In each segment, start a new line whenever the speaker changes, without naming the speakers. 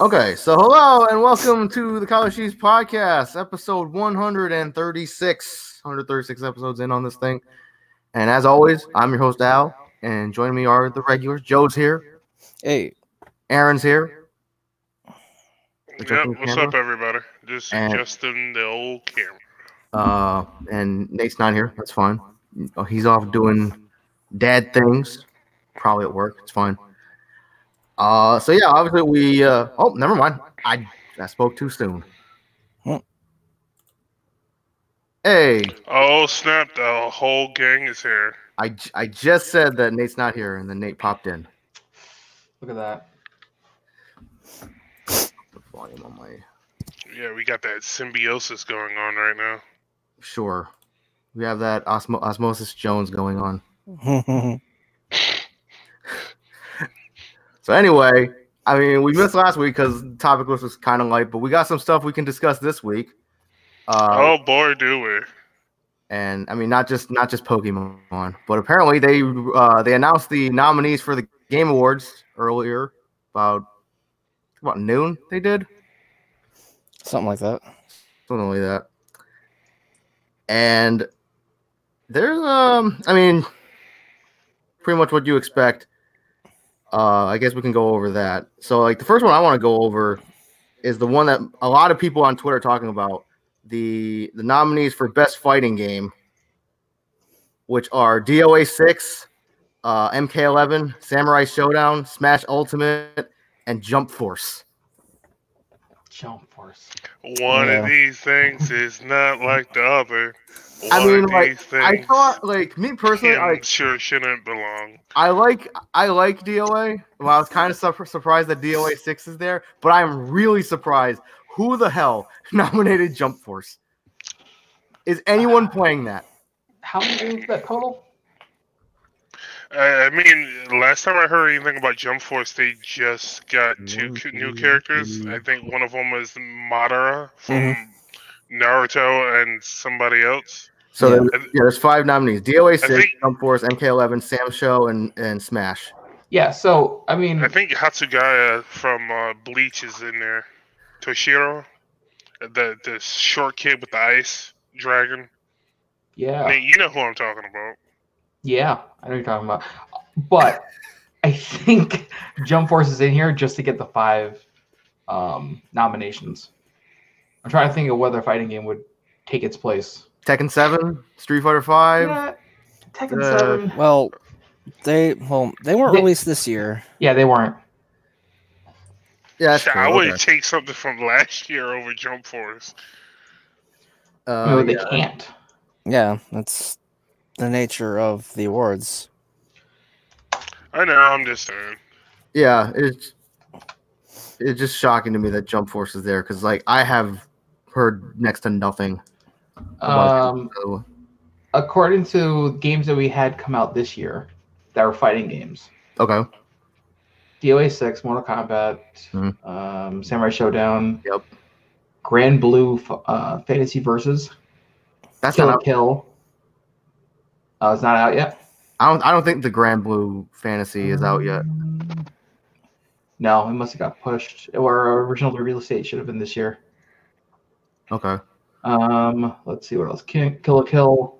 Okay, so hello and welcome to the College Cheese Podcast, episode 136. 136 episodes in on this thing. And as always, I'm your host, Al, and joining me are the regulars. Joe's here,
Hey,
Aaron's here,
Yep,
Adjusting the
what's
camera?
up, everybody? Just
And-
adjusting the old camera.
uh, and Nate's not here. That's fine. Oh, He's off doing dad things, probably at work. It's fine. Uh, so yeah, obviously we. Uh, oh, never mind. I I spoke too soon. Hey,
Oh snap! The whole gang is here.
I, j- I just said that Nate's not here, and then Nate popped in.
Look at that.
The volume on my
Yeah, we got that symbiosis going on right now.
sure. We have that Osmo- osmosis Jones going on. So anyway, I mean, we missed last week because the topic list was kind of light, but we got some stuff we can discuss this week. Uh,
oh boy, do we!
and I mean, not just not just Pokemon, but apparently they uh, they announced the nominees for the Game Awards earlier about about noon. They did.
something like that.
something like that. And there's um, I mean, pretty much what you expect. Uh, I guess we can go over that. So like the first one I want to go over is the one that a lot of people on Twitter are talking about the the nominees for best fighting game, which are DOA six, uh, MK eleven, Samurai Showdown, Smash Ultimate, and Jump Force.
Jump force.
One
Yeah.
of these things is not like the other. One
I mean,
of
like,
these
I
things
thought like me personally,
him
I,
sure shouldn't belong.
I like I like DOA. Well, I was kind of su- surprised that DOA six is there, but I'm really surprised. Who the hell nominated Jump Force? Is anyone playing that?
How many games is that total?
I, I mean, last time I heard anything about Jump Force, they just got two
One,
cu- new
two,
characters.
three.
I think one of them was Madara from
Mm-hmm.
Naruto and somebody else.
So
Yeah.
there- yeah, there's five nominees: DOA
I
six,
think-
Jump Force, MK11, Sam Show, and and Smash.
Yeah, so I mean
I think Hatsugaya from uh, Bleach is in there. Toshiro, the the short kid with the ice dragon. I
yeah.
mean, you know who I'm talking about.
Yeah, I know what you're talking about. But I think Jump Force is in here just to get the five um nominations. I'm trying to think of whether fighting game would take its place.
Tekken seven, Street Fighter five.
Yeah, Tekken
Uh,
seven.
Well, they well they weren't
They-
released this year.
Yeah, they weren't.
Yeah, that's
Shit, I
true,
would
okay.
take something from last year over Jump Force.
Uh,
no, they
yeah.
can't.
Yeah, that's the nature of the awards.
I know. I'm just saying.
yeah, it's it's just shocking to me that Jump Force is there because like I have heard next to nothing. about
Um
it. So,
according to games that we had come out this year that were fighting games.
okay.
DOA six, Mortal Kombat,
Mhm.
um, Samurai Showdown.
Yep.
Grand Blue uh, Fantasy Versus.
That's
Kill
not
la Kill. Oh, it's not out yet.
I don't. I don't think the Grand Blue Fantasy is out yet.
No, it must have got pushed. Or uh, original real estate should have been this year.
Okay.
Um, let's see what else. Ki- Kill la Kill.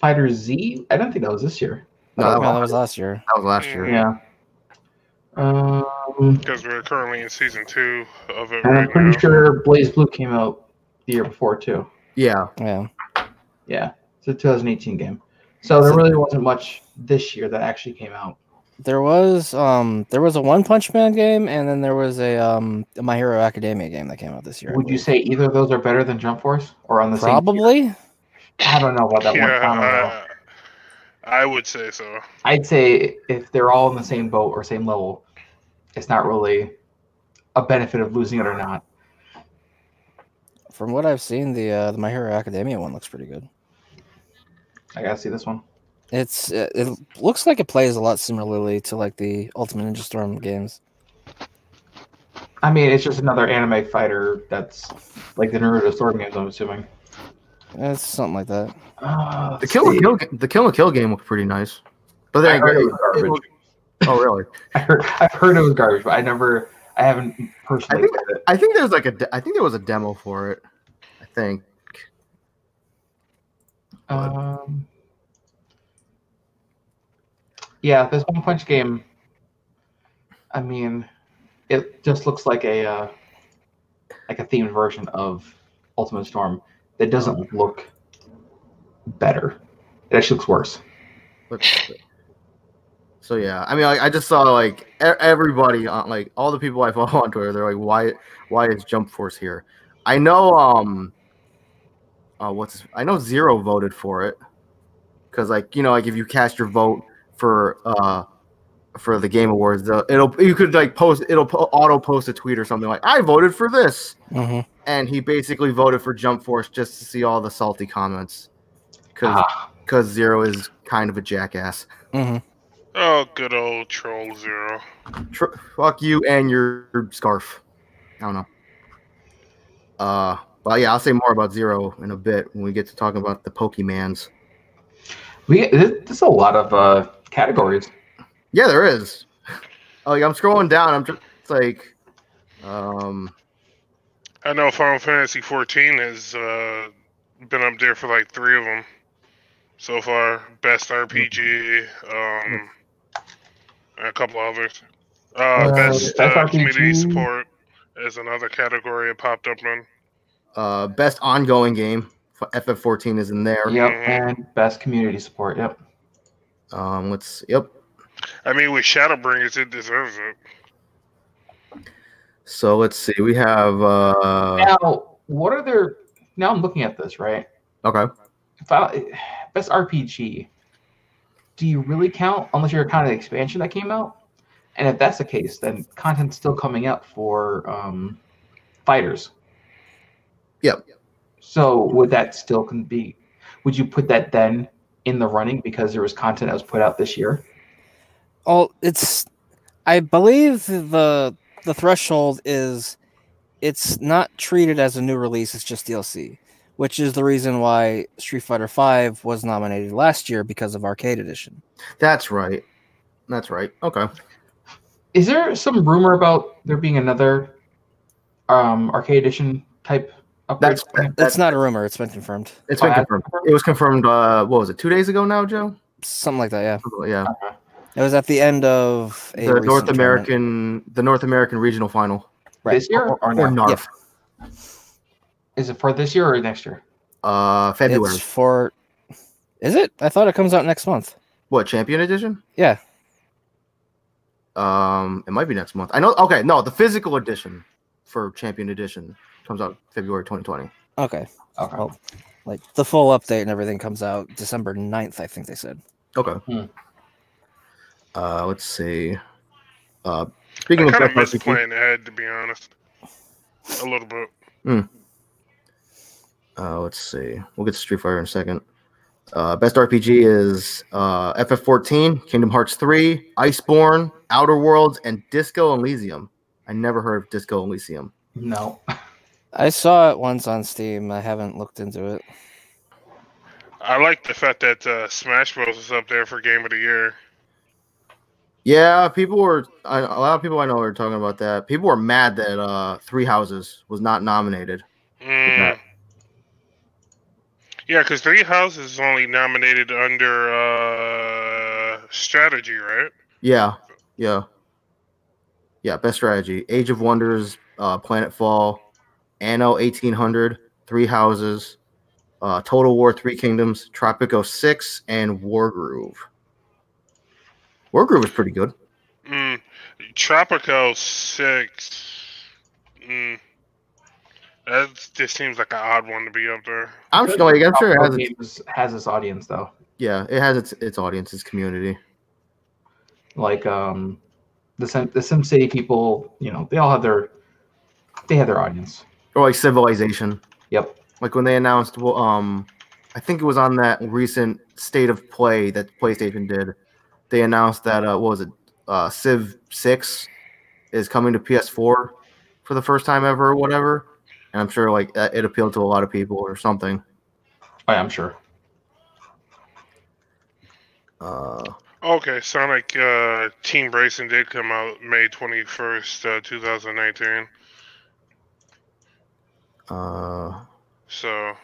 Fighter Z. I don't think that was this year.
No,
No,
that
that
was,
was last year.
that was last year.
Yeah.
Yeah. Um,
Because we're currently in season two of it
and I'm
right now.
pretty sure Blaze Blue came out the year before too.
Yeah.
Yeah,
Yeah, it's a 2018 game. So there really wasn't much this year that actually came out.
there was um there was a One Punch Man game, and then there was a um a My Hero Academia game that came out this year. I
Would you
believe.
say either of those are better than Jump Force or on the same?
probably?
I don't know about that one. I, don't know.
Yeah, I, I would say so.
I'd say if they're all in the same boat or same level, it's not really a benefit of losing it or not.
From what I've seen, the uh, the My Hero Academia one looks pretty good.
I gotta see this one.
It's it, it looks like it plays a lot similarly to like the Ultimate Ninja Storm games.
I mean, it's just another anime fighter that's like the Naruto Storm games. I'm assuming.
It's something like that.
Uh,
The Kill
see.
and Kill the Kill and Kill game looked pretty nice. But
I
then
heard it
again,
was
it
garbage.
looked- oh really?
I heard, I've heard it was garbage, but I never. I haven't personally.
I think-
played it.
I think there's like a. De- I think there was a demo for it. I think.
Um, yeah, this One Punch game. I mean, it just looks like a uh, like a themed version of Ultimate Storm that doesn't look better. It actually looks worse.
But, so yeah, I mean, like, I just saw like e- everybody on like all the people I follow on Twitter. They're like, why, why is Jump Force here? I know. Um. Uh, what's his- I know Zero voted for it because like you know like if you cast your vote for uh for the Game Awards, the, it'll you could like post it'll po- auto post a tweet or something like I voted for this.
hmm
and he basically voted for Jump Force just to see all the salty comments because
Ah,
Zero is kind of a jackass.
hmm
Oh, good old Troll Zero.
Tr- fuck you and your, your scarf. I don't know. Uh, but yeah, I'll say more about Zero in a bit when we get to talking about the Pokemans.
we th- there's a lot of uh, categories.
Yeah, there is. Oh, yeah, I'm scrolling down. I'm just it's like, um,
I know Final Fantasy 14 has uh, been up there for like three of them so far. Best RPG, um, and a couple others. Uh,
Uh,
best
best
uh, community
RPG.
support is another category it popped up on.
uh, best ongoing game. F- FF14 is in there.
Yep, and best community support. Yep.
Um, let's. Yep.
I mean, with Shadowbringers, it deserves it.
So let's see. We have. Uh,
Now, what are their? Now I'm looking at this right.
okay.
If I- best RPG. Do you really count unless you're counting the expansion that came out? And if that's the case, then content's still coming out for um, fighters.
Yep.
So would that still can be? Would you put that then in the running because there was content that was put out this year?
Oh, it's. I believe the the threshold is, it's not treated as a new release. It's just DLC, which is the reason why Street Fighter V was nominated last year because of Arcade Edition.
That's right. That's right. Okay.
Is there some rumor about there being another um, arcade edition type upgrade?
That's
coming?
That's not a rumor. It's been confirmed.
it's been
Oh, that's
confirmed. It was confirmed. Uh, what was it? Two days ago now, Joe.
Something like that. Yeah.
Yeah,
It was at the end of a
the North
recent tournament.
American, the North American regional final.
Right.
this year
Or,
or,
or
no?
NARF.
Is it for this year or next year?
Uh, February.
It's for. Is it? I thought it comes out next month.
What champion edition?
Yeah.
Um, it might be next month. I know. Okay, no, the physical edition for champion edition comes out February 2020.
Okay.
Okay.
Well, Like the full update and everything comes out December 9th, I think they said.
Okay.
Hmm.
Uh, let's see. Uh,
I
speaking of
kind
Jeff
of miss
Bezos,
playing ahead, to be honest. A little bit.
Uh, let's see. We'll get to Street Fighter in a second. Uh, best RPG is uh, FF14, Kingdom Hearts 3, Iceborne, Outer Worlds, and Disco Elysium. I never heard of Disco Elysium.
no.
I saw it once on Steam. I haven't looked into it.
I like the fact that uh, Smash Bros is up there for Game of the Year.
Yeah, people were I, a lot of people I know are talking about that. People were mad that uh, Three Houses was not nominated.
Mm. Yeah, because Three Houses is only nominated under uh, strategy, right?
Yeah, yeah, yeah. Best strategy: Age of Wonders, uh, Planetfall, Anno 1800, Three Houses, uh, Total War: Three Kingdoms, Tropico 6, and Wargroove. Wargroove is pretty good.
Mm. Tropico Six. Mm. That just seems like an odd one to be up there.
I'm sure. Like, I'm sure it has. Its,
Games has its audience though.
yeah, it has its its audience, its community.
Like um, the Sim, the Sim City people, you know, they all have their they have their audience.
Or like Civilization.
Yep.
Like when they announced, well, um, I think it was on that recent State of Play that PlayStation did. They announced that uh, what was it, uh, Civ Six, is coming to PS4 for the first time ever, or whatever. And I'm sure like that- it appealed to a lot of people or something.
Oh, yeah, I'm sure.
Uh,
Okay, Sonic uh, Team Racing did come out May 21st, uh, 2019.
Uh,
So,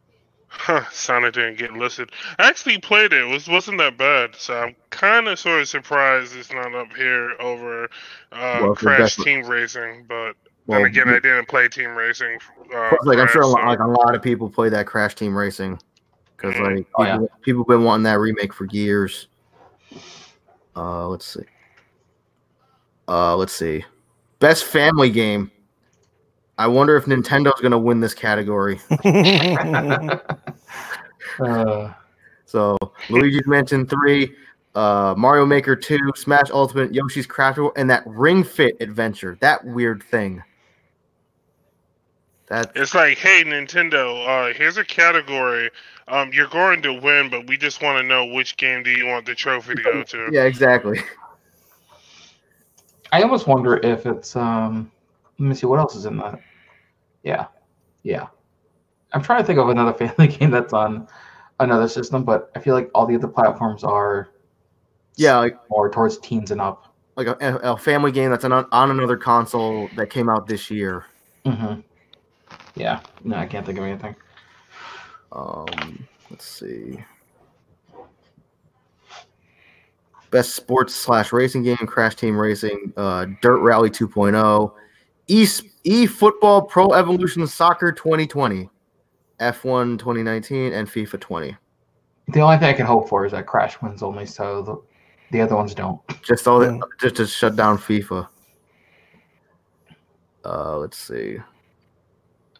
huh, Sonic didn't get listed. I actually played it. It was, wasn't that bad. So I'm kind of sort of surprised it's not up here over uh,
Well, if you're
Crash
desperate-
Team Racing. But
well,
then again,
you-
I didn't play Team Racing. Uh,
plus, like I'm sure a lot,
Crash, so-
like a lot of people play that Crash Team Racing because
Mhm.
like people,
Oh, yeah.
people been wanting that remake for years. Uh, let's see. Uh, let's see. Best family game. I wonder if Nintendo's gonna win this category.
Mm-hmm.
Uh,
So Luigi's Mansion Three, uh, Mario Maker Two, Smash Ultimate, Yoshi's Crafted, World, and that Ring Fit Adventure. That weird thing. That
It's like, hey, Nintendo, uh, here's a category. Um, you're going to win, but we just want to know which game do you want the trophy to go to.
yeah, exactly.
I almost wonder if it's. Um, let me see what else is in that. Yeah, yeah. I'm trying to think of another family game that's on another system, but I feel like all the other platforms are
Yeah, like,
more towards teens and up.
like a, a family game that's on, on another console that came out this year.
hmm Yeah. No, I can't think of anything.
Um, let's see. Best sports slash racing game: Crash Team Racing, uh, Dirt Rally 2.0, E E Football Pro Evolution Soccer 2020, F1 2019, and FIFA 20.
The only thing I can hope for is that Crash wins only, so the, the other ones don't.
Just all
Mm.
just to shut down FIFA. Uh, let's see.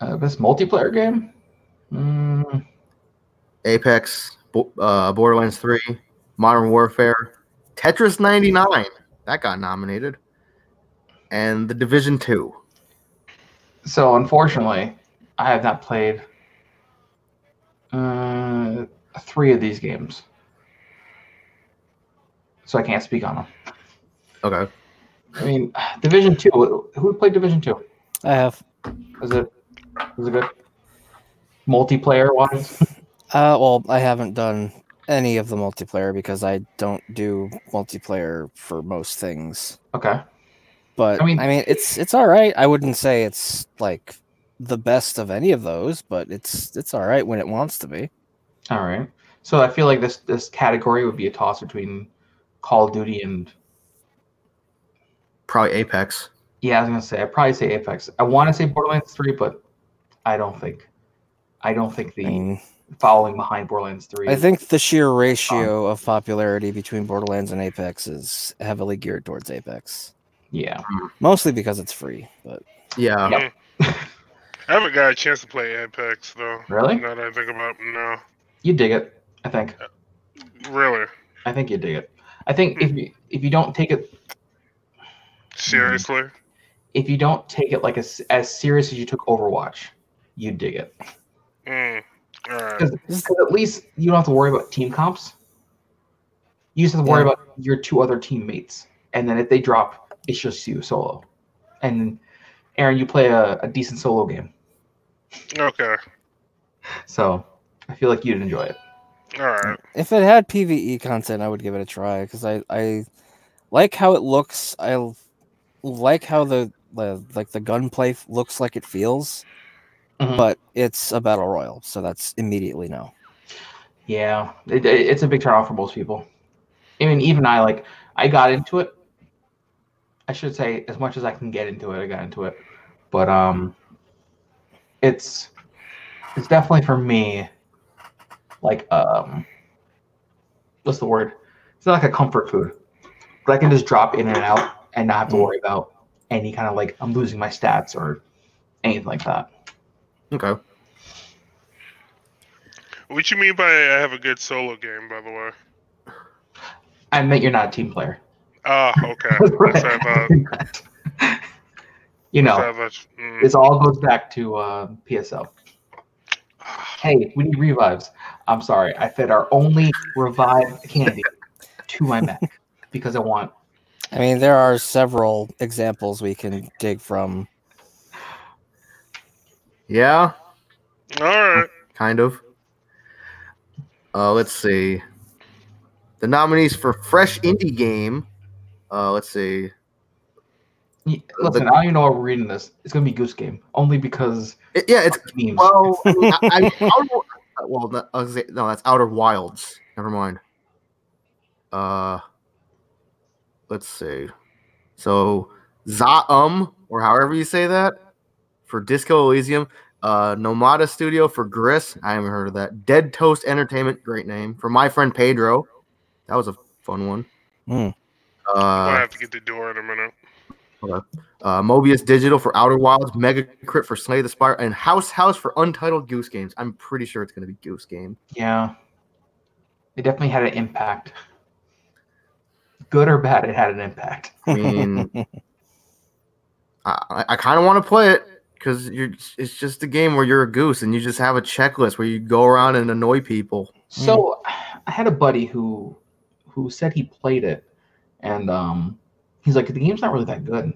Uh, best multiplayer game? Mm,
Apex, Bo- uh, Borderlands 3, Modern Warfare, Tetris 99. That got nominated. And The Division 2.
so unfortunately, I have not played uh, three of these games, so I can't speak on them.
Okay.
I mean, Division Two. Who played Division Two?
I have.
Is it is it good multiplayer wise?
Uh, well, I haven't done any of the multiplayer because I don't do multiplayer for most things.
okay,
But
I
I
mean-
mean, it's it's all right. I wouldn't say it's like the best of any of those, but it's it's all right when it wants to be.
all right. So I feel like this this category would be a toss between Call of Duty and
Probably Apex.
Yeah, I was gonna say I'd probably say Apex. I want to say Borderlands Three, but I don't think, I don't think the
I mean,
following behind Borderlands Three.
I think the sheer ratio of popularity between Borderlands and Apex is heavily geared towards Apex,
yeah,
mostly because it's free. But
Yeah.
Yep.
I haven't got a chance to play Apex, though.
really,
Now that I think about it,
you dig it. I think,
no.
Mm-hmm.
Really?
I think you dig it. I think if you if you don't take it
Seriously?
if you don't take it like as as serious as you took Overwatch, you dig it.
Mm. Alright.
Because at least you don't have to worry about team comps. You just have to worry
Yeah.
about your two other teammates, and then if they drop, it's just you solo. And Aaron, you play a, a decent solo game.
Okay.
So I feel like you'd enjoy it.
Alright.
if it had PVE content, I would give it a try because I I like how it looks. I l- like how the, the like the gunplay f- looks like it feels,
Mhm.
but it's a battle royal, so that's immediately no.
Yeah, it, it- it's a big turnoff for most people. I mean, even I like I got into it. I should say as much as I can get into it, I got into it. But um, it's it's definitely for me like um, what's the word? It's not like a comfort food, but I can just drop in and out and not have to
Mm.
worry about any kind of like I'm losing my stats or anything like that.
Okay.
What you mean by I have a good solo game, by the way?
I meant you're not a team player.
Ah, okay. That's what I thought.
you know,
That's what I thought. Mm.
this all goes back to uh, PSL. Hey, we need revives. I'm sorry, I fed our only revive candy to my Mac because I want.
I mean, there are several examples we can dig from.
Yeah.
Alright.
Kind of. Uh, let's see. The nominees for Fresh Indie Game. Uh, let's see.
Y- Listen, I don't even know why we're reading this. It's gonna be Goose Game only because
It- yeah, it's
of memes.
well. I mean, I, I, Outer- well, no, I was gonna say- no, that's Outer Wilds. Never mind. Uh, let's see. So Zaum, or however you say that, for Disco Elysium. Uh, Nomada Studio for Gris. I haven't heard of that. Dead Toast Entertainment, great name. For my friend Pedro, that was a fun one.
Hmm.
I
Uh,
have to get the door in a minute.
uh, Mobius Digital for Outer Wilds, Mega Crit for Slay the Spire, and House House for Untitled Goose Games. I'm pretty sure it's going to be Goose Game.
yeah, it definitely had an impact. Good or bad, it had an impact.
I mean, I, I- I kind of want to play it because you're. It's just a game where you're a goose and you just have a checklist where you go around and annoy people.
So
Mm.
I had a buddy who who said he played it, and um, he's like, the game's not really that good.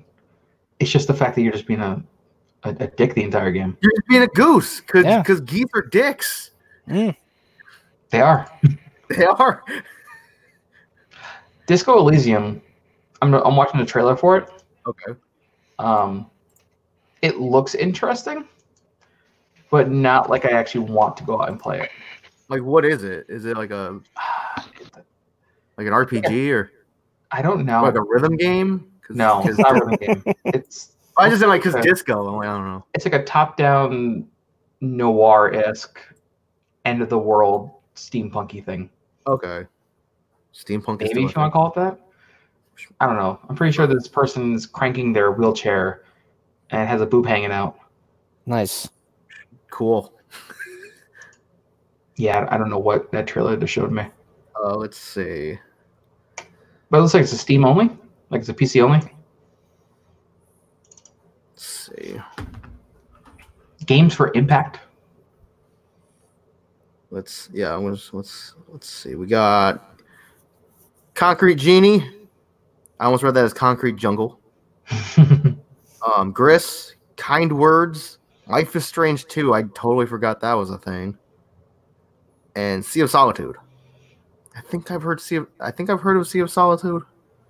It's just the fact that you're just being a a, a dick the entire game.
You're just being a goose because
Yeah.
geese are dicks.
They are.
They are.
Disco Elysium. I'm I'm watching the trailer for it.
Okay.
Um, it looks interesting, but not like I actually want to go out and play it.
Like, what is it? Is it like a like an RPG or
I don't know.
like a rhythm game? 'Cause-
no,
'cause-
it's not a rhythm game. It's
I just didn't like because
Okay.
disco. I'm like, I don't know.
it's like a top-down noir-esque end of the world steampunky thing.
Okay. Steampunk. is still
Maybe if you want to
a
call it that. I don't know. I'm pretty sure this person's cranking their wheelchair and has a boob hanging out.
Nice.
thing. cool.
Yeah, I don't know what that trailer just showed me.
Uh, let's see.
But it looks like it's a Steam only, like it's a PC only.
Let's see.
Games for Impact.
Let's yeah, I'm gonna, let's let's see. We got Concrete Genie. I almost read that as Concrete Jungle. Um, Gris, Kind Words, Life is Strange 2. I totally forgot that was a thing. And Sea of Solitude. I think I've heard Sea of, I think I've heard of Sea of Solitude.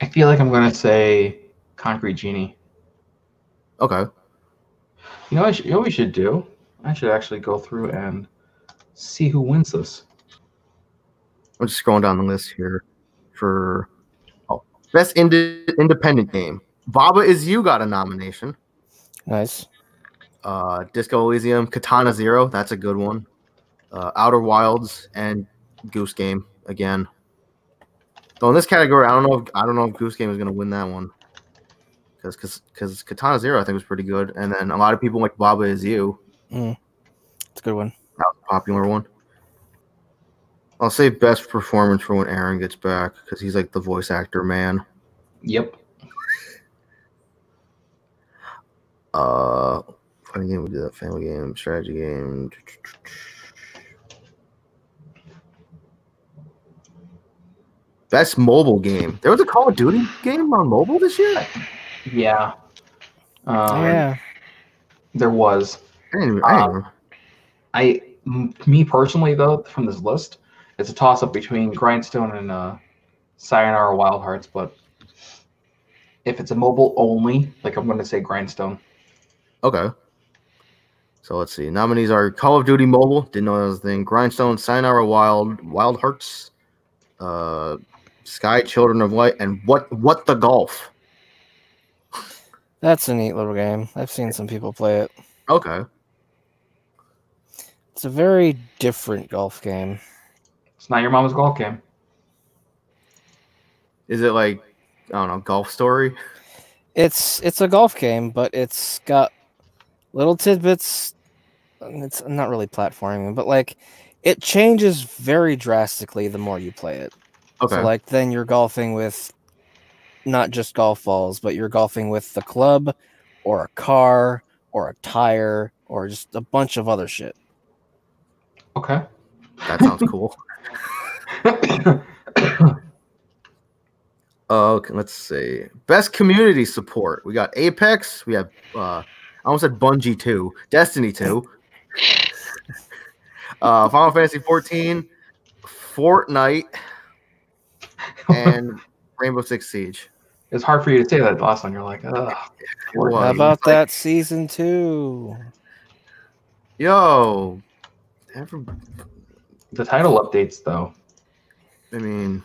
I feel like I'm gonna say Concrete Genie.
Okay.
You know, what I should, you know what we should do? I should actually go through and see who wins this.
I'm just scrolling down the list here for oh, best Indi- independent game. Baba is you got a nomination.
Nice.
uh, Disco Elysium, Katana Zero. That's a good one. Uh, Outer Wilds and Goose Game again. So in this category, I don't know. If, I don't know if Goose Game is going to win that one because because Katana Zero I think was pretty good, and then a lot of people like Baba Is You,
It's a good one.
that was a popular one. I'll say best performance for when Aaron gets back because he's like the voice actor man.
Yep.
Uh, funny game we did that family game, strategy game. Best mobile game. There was a Call of Duty game on mobile this year. I
Yeah. Um,
yeah.
There was.
didn't even. I didn't even-
I, m- me personally though, from this list, it's a toss up between Grindstone and uh, Sayonara Wild Hearts. But if it's a mobile only, like I'm gonna say Grindstone.
okay. So let's see. Nominees are Call of Duty Mobile. Didn't know that was a thing. Grindstone, Sayonara Wild, Wild Hearts, uh, Sky Children of Light, and what? What the golf?
That's a neat little game. I've seen some people play it.
Okay.
It's a very different golf game.
It's not your mama's golf game.
Is it like I don't know? Golf Story.
It's it's a golf game, but it's got little tidbits. and It's not really platforming, but like it changes very drastically the more you play it.
Okay.
So like then you're golfing with not just golf balls, but you're golfing with the club or a car or a tire or just a bunch of other shit.
Okay.
that sounds cool. Uh, okay, let's see. Best community support. We got Apex. We have uh, I almost said Bungie two, Destiny two, uh, Final Fantasy fourteen, Fortnite, and Rainbow Six Siege.
It's hard for you to say that last one. You're like, ugh.
was.
How
Well,
about
it's like-
that season two?
Yo, every,
The title updates, though.
I mean,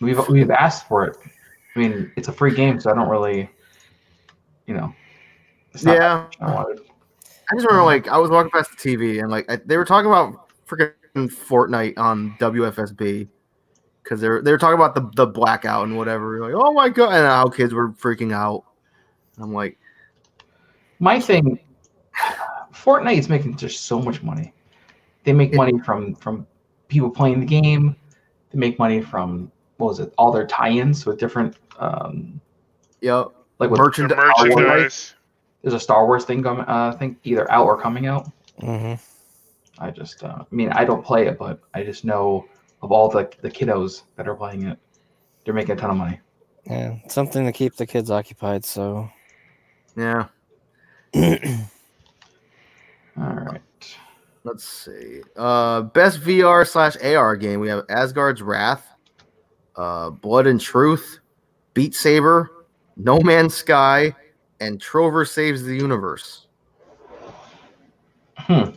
We've we've asked for it. I mean, it's a free game, so I don't really, you know. It's not
yeah.
I wanted.
I just remember like I was walking past the TV and like I, they were talking about freaking Fortnite on WFSB because they were they were talking about the the blackout and whatever. Like, oh my god, and how kids were freaking out. And I'm like,
My thing, Fortnite is making just so much money. They make
It-
money from from people playing the game. They make money from what was it? All their tie-ins with different, um,
yep,
like with
Merchand-
The
Star Wars.
merchandise.
there's a Star Wars thing coming. Uh, I think either out or coming out.
hmm
I just, uh, I mean, I don't play it, but I just know of all the the kiddos that are playing it. They're making a ton of money.
Yeah, something to keep the kids occupied. So
yeah.
All right.
Let's see. Uh, best VR slash AR game. We have Asgard's Wrath, uh, Blood and Truth, Beat Saber, No Man's Sky, and Trover Saves the Universe.
Hmm.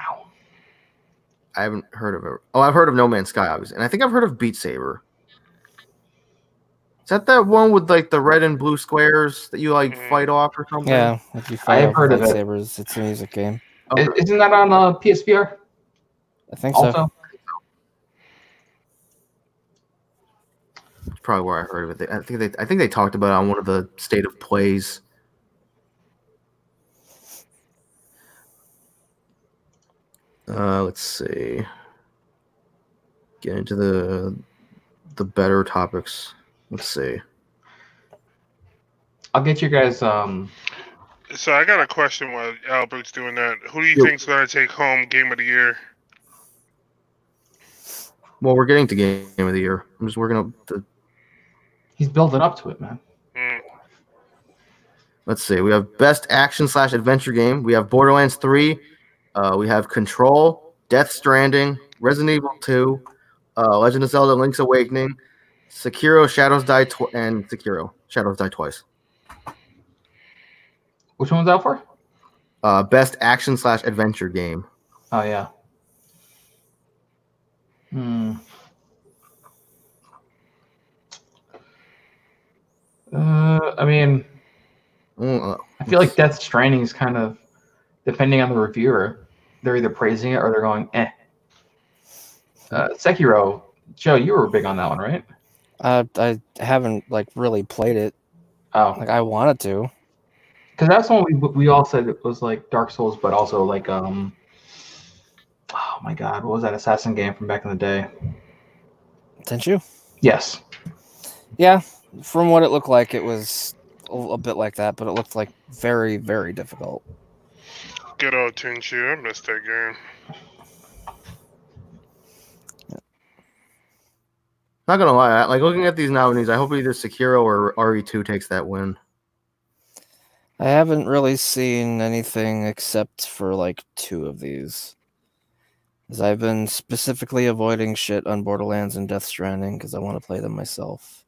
Ow.
I haven't heard of it. Oh, I've heard of No Man's Sky, obviously, and I think I've heard of Beat Saber. Is that that one with like the red and blue squares that you like fight off or something?
yeah, if you fire
have
off
heard of it.
lightsabers, it's a music game.
Okay.
I- Isn't that on uh, PSVR
I think so.
also?
That's probably where I heard of it. They- I think they I think they talked about it on one of the state of plays. Uh, let's see. Get into the the better topics. Let's see.
I'll get you guys. Um,
So I got a question while Albert's doing that. Who do you
Yo.
think's gonna take home Game of the Year?
Well, we're getting to game of the year. I'm just working up the.
he's building up to it, man.
Mm,
Let's see. We have best action slash adventure game. We have Borderlands Three. Uh, we have Control, Death Stranding, Resident Evil Two, uh, Legend of Zelda: Link's Awakening, Sekiro: Shadows Die, tw- and Sekiro: Shadows Die Twice.
Which one was that for?
Uh, best action slash adventure game.
Oh yeah. Hmm. Uh, I mean,
Mm, uh,
I feel like Death Stranding is kind of, depending on the reviewer, they're either praising it or they're going, eh. Uh, Sekiro, Joe, you were big on that one, right?
I I haven't like really played it.
Oh,
Like I wanted to.
because that's one we we all said it was like Dark Souls, but also like um, oh my God, what was that assassin game from back in the day?
Didn't you?
Yes,
Yeah. From what it looked like, it was a, a bit like that, but it looked like very very difficult.
good old Tenchu. I missed that game.
not gonna lie, I- like looking at these nominees, I hope either Sekiro or RE2 takes that win.
I haven't really seen anything except for like two of these. Because I've been specifically avoiding shit on Borderlands and Death Stranding because I want to play them myself.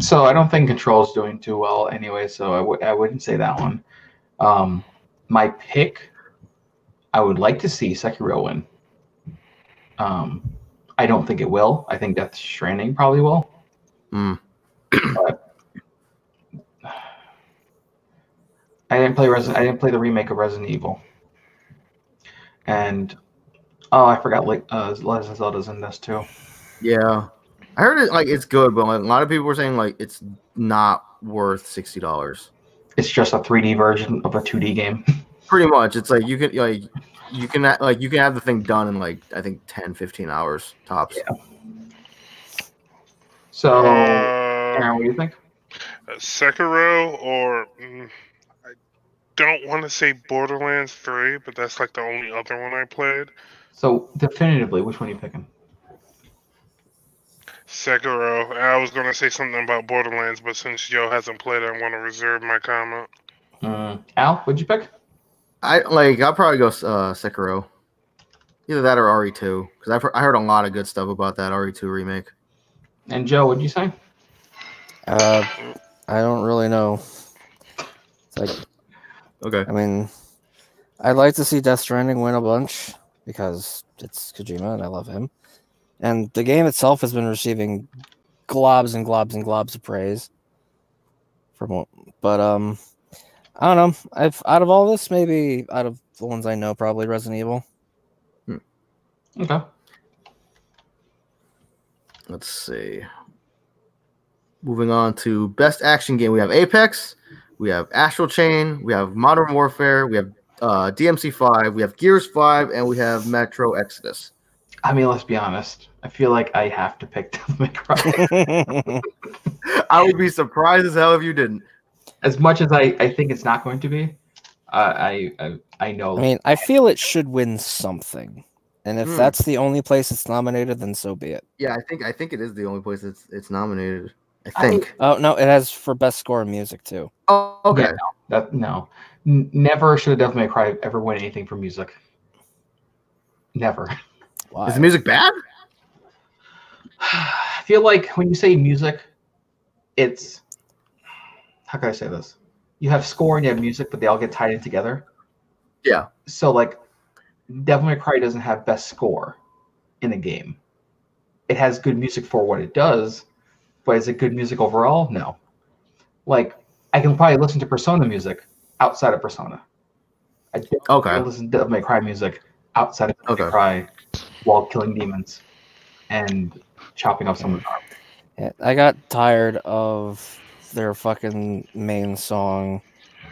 So I don't think Control's doing too well anyway. So I w- I wouldn't say that one. Um, my pick, I would like to see Sekiro win. Um, I don't think it will. I think Death Stranding probably will.
Hmm.
I didn't play Resident. I didn't play the remake of Resident Evil. And oh, I forgot like uh, Legend of Zelda's in this too.
Yeah, I heard it like it's good, but like, a lot of people were saying like it's not worth sixty dollars.
It's just a 3D version of a 2D game.
pretty much it's like you can like you can ha- like you can have the thing done in like i think 10 15 hours tops Oh,
So,
Uh,
Aaron, what do you think?
Sekiro or mm, I don't want to say Borderlands Three, but that's like the only other one I played.
So definitively, which one are you picking?
Sekiro. I was gonna say something about Borderlands, but since Joe hasn't played, I want to reserve my comment.
Mm. Al, what'd you pick?
i like i'll probably go uh sekiro Either that or RE2, because I've heard, I heard a lot of good stuff about that RE2 remake.
And Joe, what'd you say?
Uh, I don't really know. It's like
Okay.
I mean, I'd like to see Death Stranding win a bunch because it's Kojima and I love him. And the game itself has been receiving globs and globs and globs of praise. From what, but um, I don't know. I've out of all this, maybe out of the ones I know, probably Resident Evil.
Okay.
Let's see. Moving on to best action game, we have Apex, we have Astral Chain, we have Modern Warfare, we have uh, DMC5, we have Gears 5, and we have Metro Exodus.
I mean, let's be honest. I feel like I have to pick Devil May Cry.
I would be surprised as hell if you didn't.
as much as I, I think it's not going to be, uh, I, I I know.
I mean, I feel it should win something, and if
Hmm.
that's the only place it's nominated, then so be it.
Yeah, I think I think it is the only place it's it's nominated. I
I-
think.
Oh no, it has for best score in music too.
oh, okay.
Yeah, that no, N- never should a Devil May Cry ever win anything for music. Never.
Why?
Is the music bad?
I feel like when you say music, it's how can I say this? You have score and you have music, but they all get tied in together.
Yeah.
So like, Devil May Cry doesn't have best score in a game. It has good music for what it does, but is it good music overall? No. Like I can probably listen to Persona music outside of Persona. I don't
Okay.
listen to Devil May Cry music outside of Devil May
Okay.
Cry while killing demons and chopping up
Mm.
someone's arm.
Yeah, I got tired of their fucking main song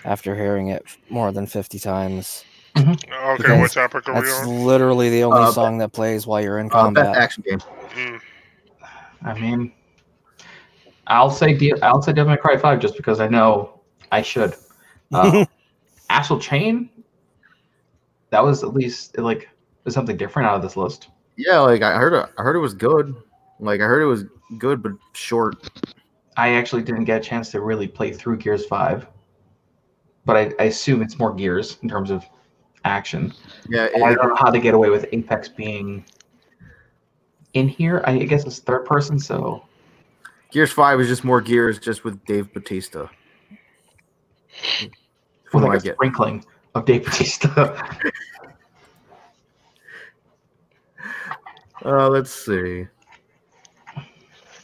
after hearing it more than 50 times.
Okay,
Because
what topic are we
That's
on?
literally the only
Uh,
song that plays while you're in
Uh,
combat.
best action game.
Mm,
I mean, I'll say D- I'll say Devil May Cry Five just because I know I should. Uh, Astral Chain. That was at least like there's something different out of this list.
Yeah, like I heard it, I heard it was good. Like I heard it was good but short.
I actually didn't get a chance to really play through Gears Five, but I, I assume it's more Gears in terms of action.
Yeah, it-
And I don't know how they get away with Apex being in here. I guess it's third person, so
Gears Five is just more Gears, just with Dave Batista. From
with
what I
like a
get.
sprinkling of Dave Bautista.
Uh, let's see.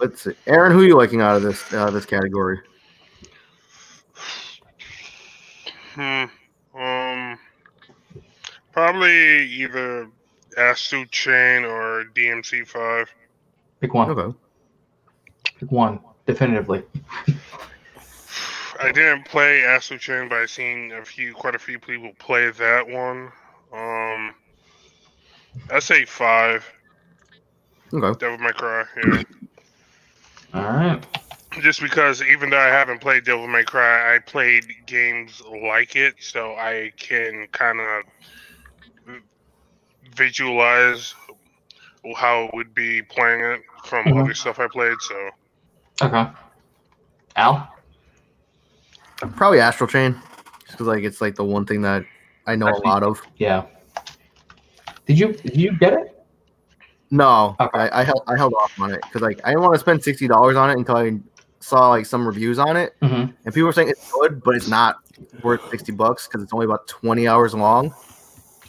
Let's see. Aaron, who are you liking out of this uh, this category?
hmm, um, probably either Astute Chain or DMC5.
Pick one.
Okay.
Pick one definitively.
I didn't play Astute Chain, but I've seen a few, quite a few people play that one. Um, I say five.
Okay.
Devil May Cry. Yeah.
All right.
Just because even though I haven't played Devil May Cry, I played games like it, so I can kind of visualize how it would be playing it from
Mm-hmm.
Mhm.
other stuff I played. So
Okay. Al.
Probably Astral Chain, just 'cause, like it's like the one thing that I know a lot of.
Yeah. Did you did you get it?
No,
Okay.
I, I held I held off on it because like I didn't want to spend sixty dollars on it until I saw like some reviews on it,
Mm-hmm.
and people were saying it's good, but it's not worth sixty bucks because it's only about twenty hours long.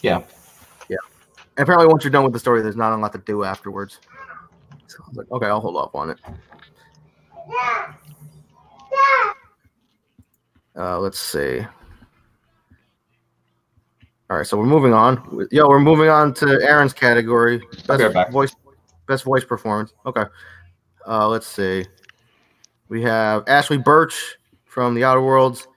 Yeah.
yeah. And apparently, once you're done with the story, there's not a lot to do afterwards. So I was like, okay, I'll hold off on it. Uh, let's see. All right, so we're moving on. Yo, we're moving on to Aaron's category. Best
Okay, back.
voice, best voice performance. Okay. Uh, let's see. We have Ashley Birch from The Outer Worlds.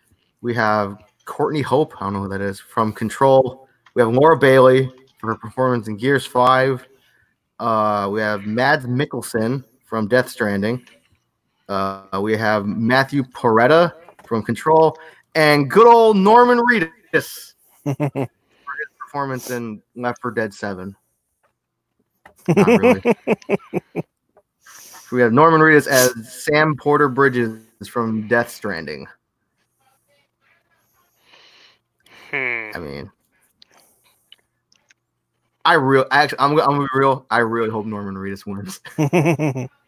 We have Courtney Hope. I don't know who that is from Control. We have Laura Bailey for her performance in Gears Five. Uh, we have Mads Mikkelsen from Death Stranding. Uh, we have Matthew Peretta from Control, and good old Norman Reedus for his performance in Left 4 Dead 7. Not really. we have Norman Reedus as Sam Porter Bridges from Death Stranding.
hmm,
I mean, I real actually I'm, I'm gonna be real. I really hope Norman Reedus wins.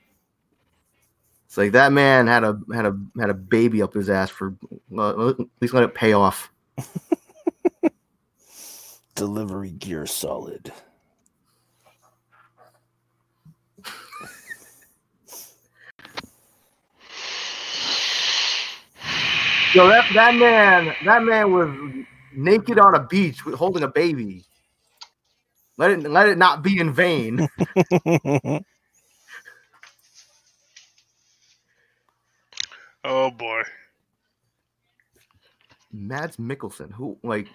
It's like that man had a had a had a baby up his ass for well, at least let it pay off.
Delivery gear solid.
Yo, that that man that man was naked on a beach with, holding a baby. Let it let it not be in vain.
Oh boy.
Mads Mikkelsen, who like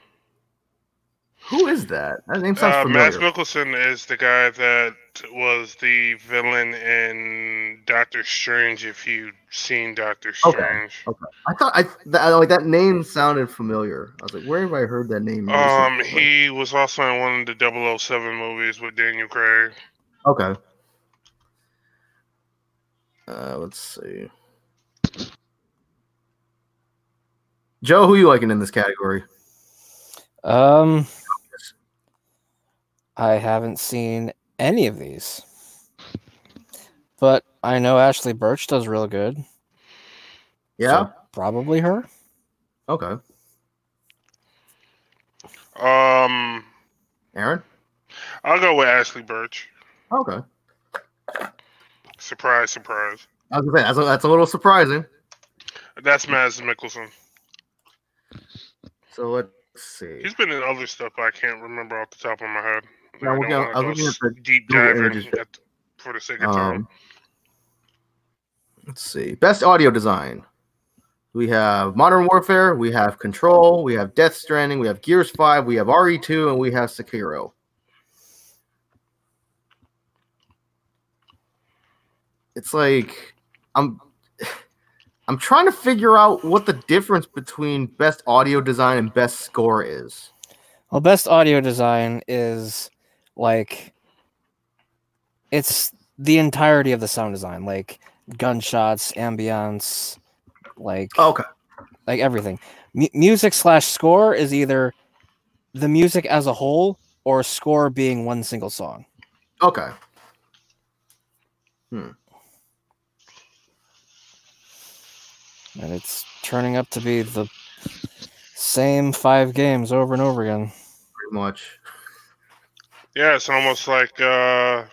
who is that? That name sounds
Uh,
familiar.
Mads Mikkelsen is the guy that was the villain in Doctor Strange. If you've seen Doctor
Okay. Oh,
Strange,
I thought I th- I- like that name sounded familiar. I was like, where have I heard that name?
um,
recently?
he was also in one of the 007 movies with Daniel Craig.
okay. Uh, let's see. Joe, who you liking in this category?
um, I haven't seen any of these, but I know Ashley Birch does real good. so
Yeah.
probably her.
Okay.
Um,
Aaron.
I'll go with Ashley Birch.
Okay.
Surprise, surprise.
I was gonna say that's a, that's a little surprising.
That's Mads Mikkelsen.
So let's see.
He's been in other stuff I can't remember off the top of my head.
Yeah,
I
we're
don't
gonna-
wanna
I was looking
go s-
at the
deep
Google
dive
images.
in at- for the sake of time.
Um, let's see. Best audio design. We have Modern Warfare. We have Control. We have Death Stranding. We have Gears Five. We have RE2, and we have Sekiro. It's like I'm. I'm trying to figure out what the difference between best audio design and best score is.
Well, best audio design is like it's the entirety of the sound design, like gunshots, ambiance, like
Okay.
like everything. Mu music slash score is either the music as a whole or score being one single song.
Okay. Hmm.
And it's turning up to be the same five games over and over again.
Pretty much.
Yeah, it's almost like uh,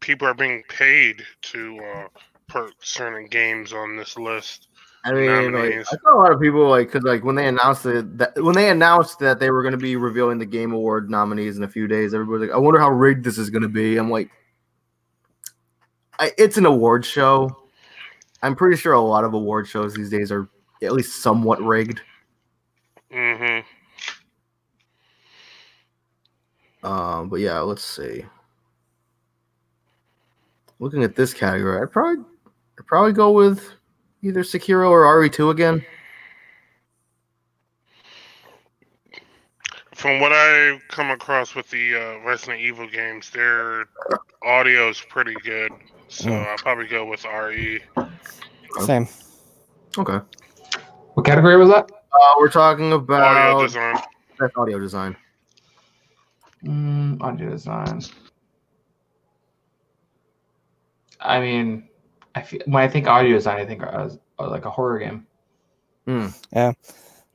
people are being paid to uh, put certain games on this list.
I mean, like, I
nominees.
saw a lot of people like because like when they announced it, that when they announced that they were going to be revealing the Game Award nominees in a few days, everybody's like, "I wonder how rigged this is going to be." I'm like, I, "It's an award show." I'm pretty sure a lot of award shows these days are at least somewhat rigged.
hmm
Um, but yeah, let's see. Looking at this category, I'd probably I'd probably go with either Sekiro or RE2 again.
From what I've come across with the uh, Resident Evil games, their audio is pretty good. So
Mm.
I'll probably go with E. RE.
Okay.
Same.
Okay, uh,
What category was that?
we're talking about
Audio design.
best audio design.
Mm, audio design. I mean, I feel, when I think audio design, I think uh, uh, like a horror game.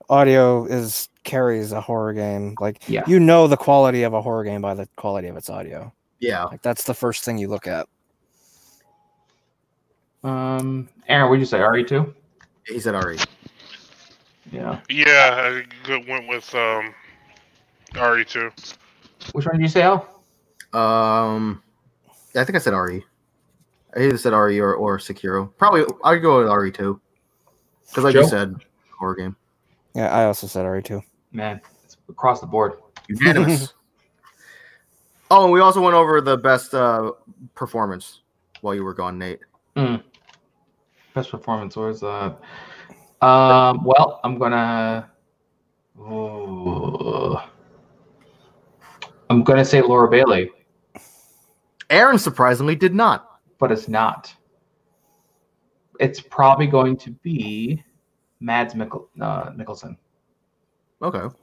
Audio is carries a horror game. Like
Yeah.
you know the quality of a horror game by the quality of its audio.
Yeah.
Like that's the first thing you look at.
Um, Aaron, what'd you say? RE2?
He said E. RE.
Yeah.
Yeah, I go- went with um, RE too.
Which one did you say, Al?
Um, I think I said RE. I either said RE or, or Sekiro. Probably I'd go with RE too. Because like
Joe?
you said, horror game.
Yeah, I also said RE too.
Man, it's across the board.
Unanimous. oh, and we also went over the best uh, performance while you were gone, Nate.
Best performance was uh um well I'm gonna Ooh. I'm gonna say Laura Bailey,
Aaron surprisingly did not.
but it's not. It's probably going to be Mads Mikkel, uh, Mikkelsen.
Okay.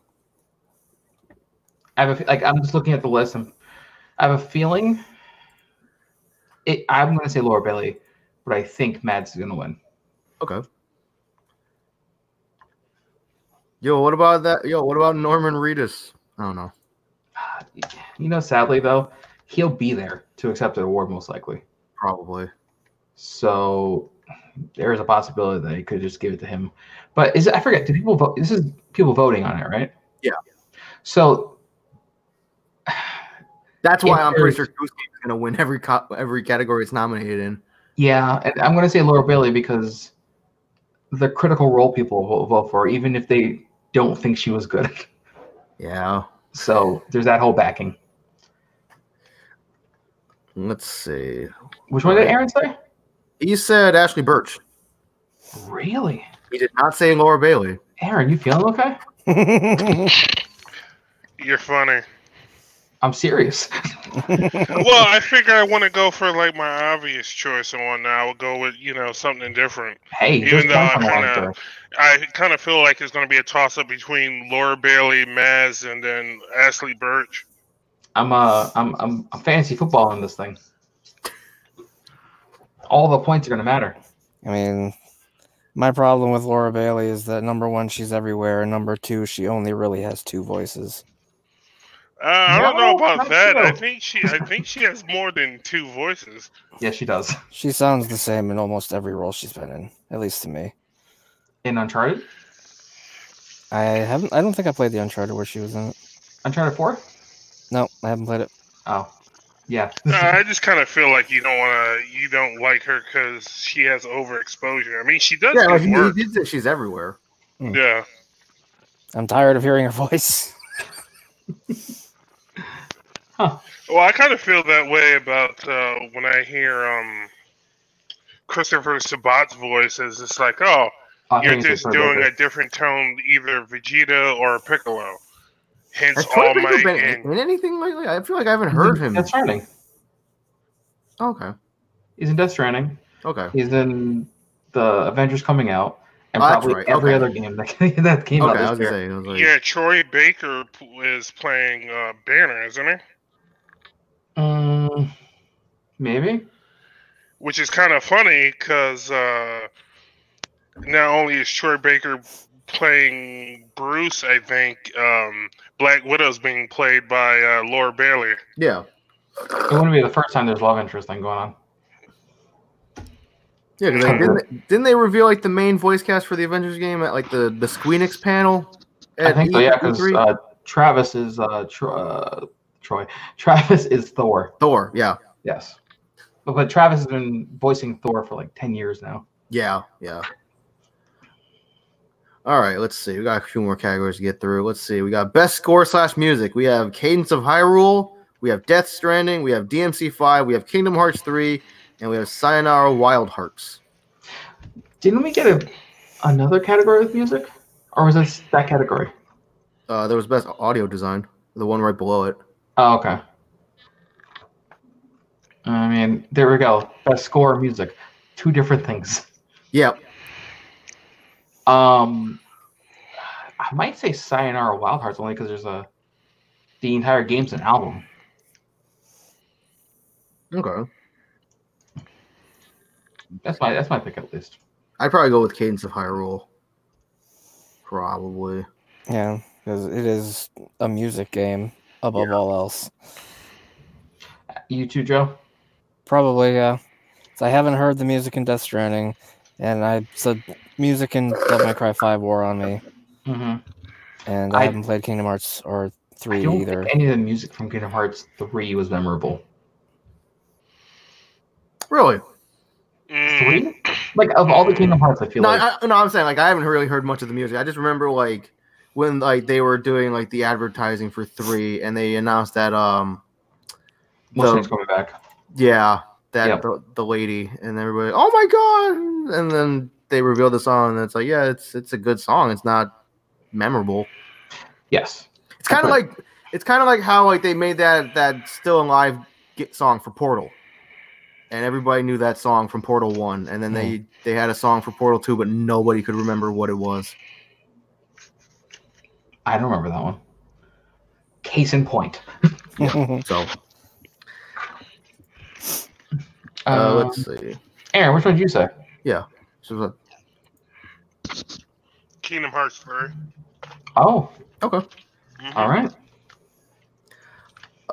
I have a, fe- like I'm just looking at the list and I have a feeling. It, I'm going to say Laura Bailey, but I think Mads is going to win.
Okay. Yo, what about that? Yo, what about Norman Reedus? I don't know.
Ah, You know, sadly though, he'll be there to accept an award most likely.
Probably.
So there is a possibility that he could just give it to him. But is it, I forget? Did people vote? This is people voting on it, right?
Yeah.
So
That's why
If
I'm pretty sure
there's-
Goose Game is gonna win every co- every category it's nominated in.
yeah, and I'm going to say Laura Bailey because the critical role people will vote for, even if they don't think she was good.
Yeah.
So there's that whole backing.
Let's see.
Which one did Aaron say?
He said Ashley Birch.
Really?
He did not say Laura Bailey.
Aaron, you feeling okay?
You're funny.
I'm serious.
well, I figure I want to go for like my obvious choice and whatnot. I would go with you know something different.
Hey,
Even
just
though
one
I
from
kinda-
Lawrenceboro.
I kind of feel like it's going to be a toss up between Laura Bailey, Maz, and then Ashley Birch.
I'm uh I'm I'm, I'm fantasy football in this thing. All the points are gonna matter.
I mean, my problem with Laura Bailey is that number one, she's everywhere, and number two, she only really has two voices.
Uh, I don't
No,
know about
not
that. I
true.
think she, I think she has more than two voices.
Yes, she does.
She sounds the same in almost every role she's been in, at least to me.
In Uncharted,
I haven't. I don't think I played the Uncharted where she was in it.
Uncharted Four.
No, I haven't played it.
Oh, yeah.
Uh, I just kind of feel like you don't want to, you don't like her because she has overexposure. I mean, she does
yeah,
good
like, he, he
work.
did say she's everywhere.
Yeah,
I'm tired of hearing her voice.
Well, I kind of feel that way about uh, when I hear um, Christopher Sabat's voice. Is it's like, oh,
Oh, I
you're
think it's
just
Uncharted
doing a
Four.
different tone, either Vegeta or Piccolo. Hence,
Has Troy
All
Baker
Might
been
and
in anything lately? I feel like I haven't heard him.
Death Stranding.
Okay.
He's in Death Stranding.
Okay.
He's in the Avengers coming out, and
Oh, that's
probably
right,
every
okay.
other game that, that came
Okay. I
out
was
this
gonna
year.
say. I was like,
yeah, Troy Baker p- is playing uh, Banner, isn't he?
Mm, maybe.
Which is kind of funny because uh, not only is Troy Baker playing Bruce, I think um, Black Widow's being played by uh, Laura Bailey.
yeah.
It wouldn't be the first time there's love interest thing going on.
Yeah, 'cause, like, didn't, they, didn't they reveal like the main voice cast for the Avengers game at like the the Squeenix panel?
I think
E,
so. Yeah, because
E3?
uh, Travis is uh, Tro- uh, Troy. Travis is Thor.
Thor. Yeah,
Yes. But, but Travis has been voicing Thor for like 10 years now.
yeah, yeah. All right, let's see. We got a few more categories to get through. Let's see. We got best score slash music. We have Cadence of Hyrule. We have Death Stranding. We have DMC Five. We have Kingdom Hearts Three, and we have Sayonara Wild Hearts.
Didn't we get a, another category with music? Or was this that category?
Uh, there was best audio design, the one right below it.
Oh, okay. I mean, there we go. Best score music. Two different things.
Yeah,
Um, I might say Sayonara Wild Hearts only because there's a. The entire game's an album.
okay.
That's my that's my pick at least.
I'd probably go with Cadence of Hyrule. Probably.
Yeah, because it is a music game above all else.
You too, Joe.
Probably, yeah. So I haven't heard the music in Death Stranding, and I said music in Devil May Cry Five wore on me,
Mm-hmm.
and I,
I-
haven't played Kingdom Hearts or
I
three
don't
either.
think any of the music from Kingdom Hearts three was memorable.
Really?
Mm,
three? Like of all the Kingdom Hearts, I feel
No,
like
I, I- no, I'm saying like I haven't really heard much of the music. I just remember like when like they were doing like the advertising for three, and they announced that um
most
the-
things coming back.
yeah that
Yeah.
The, the lady and everybody oh my god, and then they revealed the song, and it's like yeah, it's it's a good song. It's not memorable.
Yes.
It's kind of
Okay.
like it's kind of like how like they made that that still alive get song for Portal, and everybody knew that song from Portal One, and then
Hmm.
they they had a song for Portal Two, but nobody could remember what it was.
I don't remember that one. Case in point.
So Uh,
Um,
let's see.
Aaron, which one did you say?
So, uh,
Kingdom Hearts 3.
Oh,
okay.
Mhm.
all right.